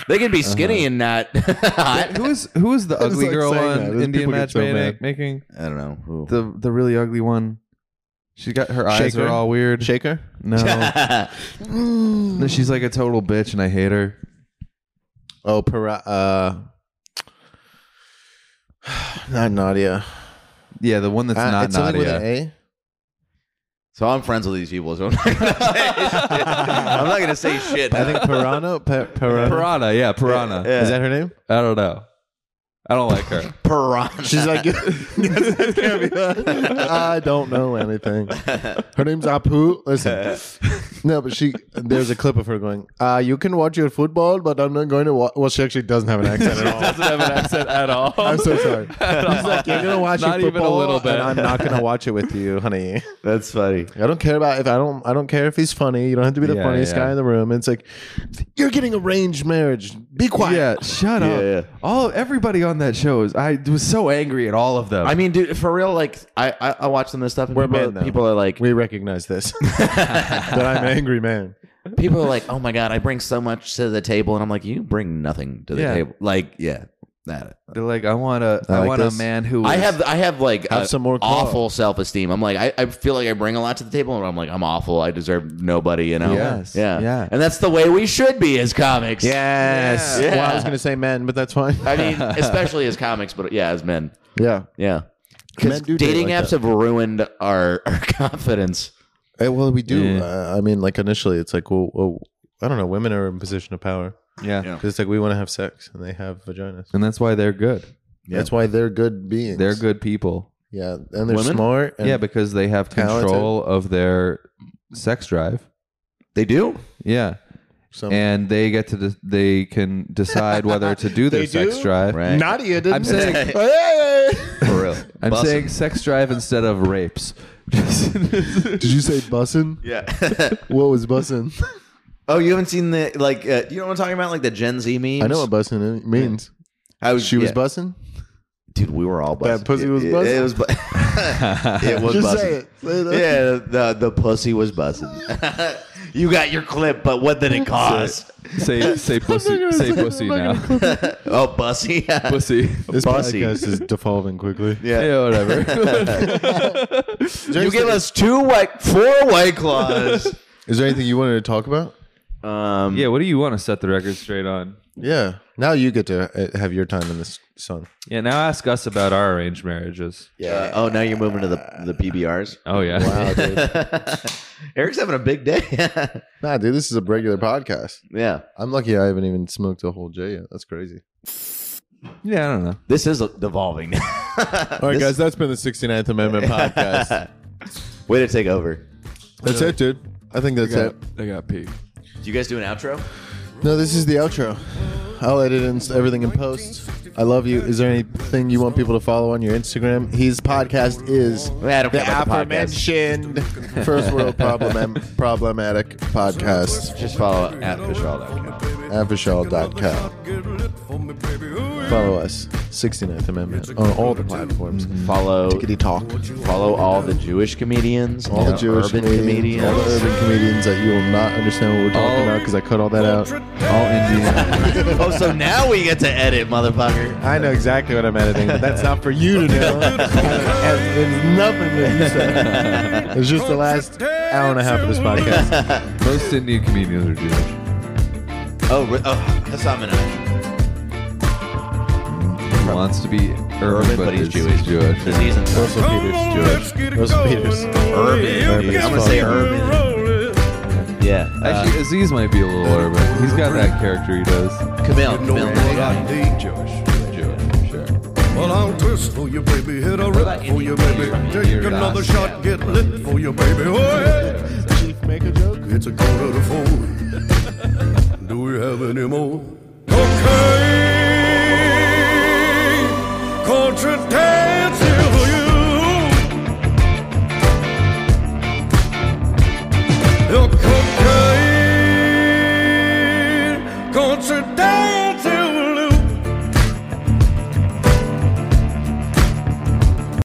they can be skinny and not [laughs] hot. Who is [laughs] who is the just ugly like girl saying that. on Those Indian people get so matchmaking? mad. making I don't know who. the the really ugly one. She got her eyes Shaker? are all weird. Shaker. [laughs] No, no, she's like a total bitch, and I hate her. Oh, para- uh, [sighs] not Nadia. Yeah, the one that's Uh, not it's something with an Nadia. A. so I'm friends with these people, so I'm not gonna say shit. I'm not gonna say [laughs] shit. I think Pirano. Pirano. Piranha, yeah, Piranha. Is that her name? I don't know. I don't like her. Piranha. She's like, [laughs] I don't know anything. Her name's Apu. Listen, no, but she. There's a clip of her going, uh, "You can watch your football, but I'm not going to watch." Well, she actually doesn't have an accent at all. Doesn't have an accent at all. I'm so [laughs] sorry. She's like, "You're gonna watch Not your even a football, little bit. and I'm not gonna watch it with you, honey. That's funny. I don't care about if I don't. I don't care if he's funny. You don't have to be the Yeah, funniest yeah. guy in the room. It's like, you're getting arranged marriage. Be quiet. Yeah, shut up. Yeah, yeah. All everybody on that show is. I was so angry at all of them. I mean, dude, for real, like I I, I watch some of this stuff and We're people, men now. people are like We recognize this. [laughs] that I'm an angry man. people are like, oh my god, I bring so much to the table, and I'm like, you bring nothing to the Yeah. table. Like, yeah, that. They're like, I want a, I, like want a this. man who I is- [laughs] have I have like Have a some more claw. awful self esteem. I'm like I, I feel like I bring a lot to the table, and I'm like I'm awful. I deserve nobody. You know. Yes. Yeah. Yeah. And that's the way we should be as comics. Yes. Yeah. Well, I was going to say men, but that's fine. I [laughs] mean, especially as comics, but yeah, as men. yeah. Yeah. Men Because do date dating like apps have ruined our, [laughs] our confidence. Eh, [laughs] well, we do. Yeah. Uh, I mean, like initially, it's like, well, well, I don't know. Women are in position of power yeah. Yeah. because it's like we want to have sex and they have vaginas. and that's why they're good. That's why they're good beings. They're good people. Yeah, and they're Women? smart. And yeah, because they have talented. control of their sex drive. They do? Yeah, some- and they get to de- they can decide whether to do their They sex do? drive. Right. Nadia didn't. I'm saying- Hey! For real. I'm Bussin'. saying sex drive instead of rapes. [laughs] [laughs] Did you say bussin? Yeah. [laughs] What was bussin? oh, you haven't seen the like uh, you know what I'm talking about? Like the Gen Z memes? I know what bussin i- means. How She was yeah. bussin. Dude, we were all That buzzing. pussy was It- buzzing? It, [laughs] was bu- It was Just buzzing. say it. Say that. Yeah, the the pussy was buzzing. [laughs] you got your clip, but what did it cost? say say pussy say pussy now [laughs] oh, bussy. [laughs] pussy. [laughs] This Bussy. podcast is devolving [laughs] quickly. yeah. Yeah, whatever. You give us two white, four white claws. Is there anything you wanted to talk about? [laughs] um, yeah, what do you want to set the record straight on? Yeah. Now you get to uh, have your time in this [laughs] sun. Yeah, now ask us about our arranged marriages. Uh, oh, now you're moving to the the PBRs. Oh yeah. Wow, dude. [laughs] Eric's having a big day. [laughs] nah, dude, this is a regular podcast. yeah, I'm lucky I haven't even smoked a whole J yet. That's crazy. [laughs] Yeah, I don't know. this is devolving. [laughs] All right, guys, that's been the 69th [laughs] Amendment podcast. Way to take over. that's it, dude. I think that's it. I got pee. Do you guys do an outro? No, this is the outro. I'll edit in everything in post. I love you. Is there anything you want people to follow on your Instagram? His podcast is I don't care the about the podcast. aforementioned First World problem Problematic Podcast, Just follow at Vishal.com. afishaw.com. Follow us, 69th Amendment, on all the platforms. Follow Mm-hmm. Tickety talk. follow all the Jewish comedians, All the Jewish urban comedians, all the urban comedians that you will not understand what we're talking All- about because I cut all that out. All Indian. [laughs] oh, so now we get to edit, motherfucker. I know exactly what I'm editing, but that's not for you to [laughs] know. it's nothing that you said. It's just the last hour and a half of this podcast. Most Indian comedians are Jewish. Oh, re- oh Hassan and I. He wants to be urban, but, he's Jewish. Because he's in Russell Peters, Jewish. Russell Peters. urban. Urban. I'm gonna say urban. Yeah. Uh, Actually, Aziz might be a little urban. He's got that character he does. Camille. Camille. Jewish, sure. Well, I'll twist for you, baby. Hit a rip for you, baby. Take another shot, get lit for you, baby. Oh, yeah. Chief, make a joke. It's a quarter to four. [laughs] Do we have any more? Okay. Contra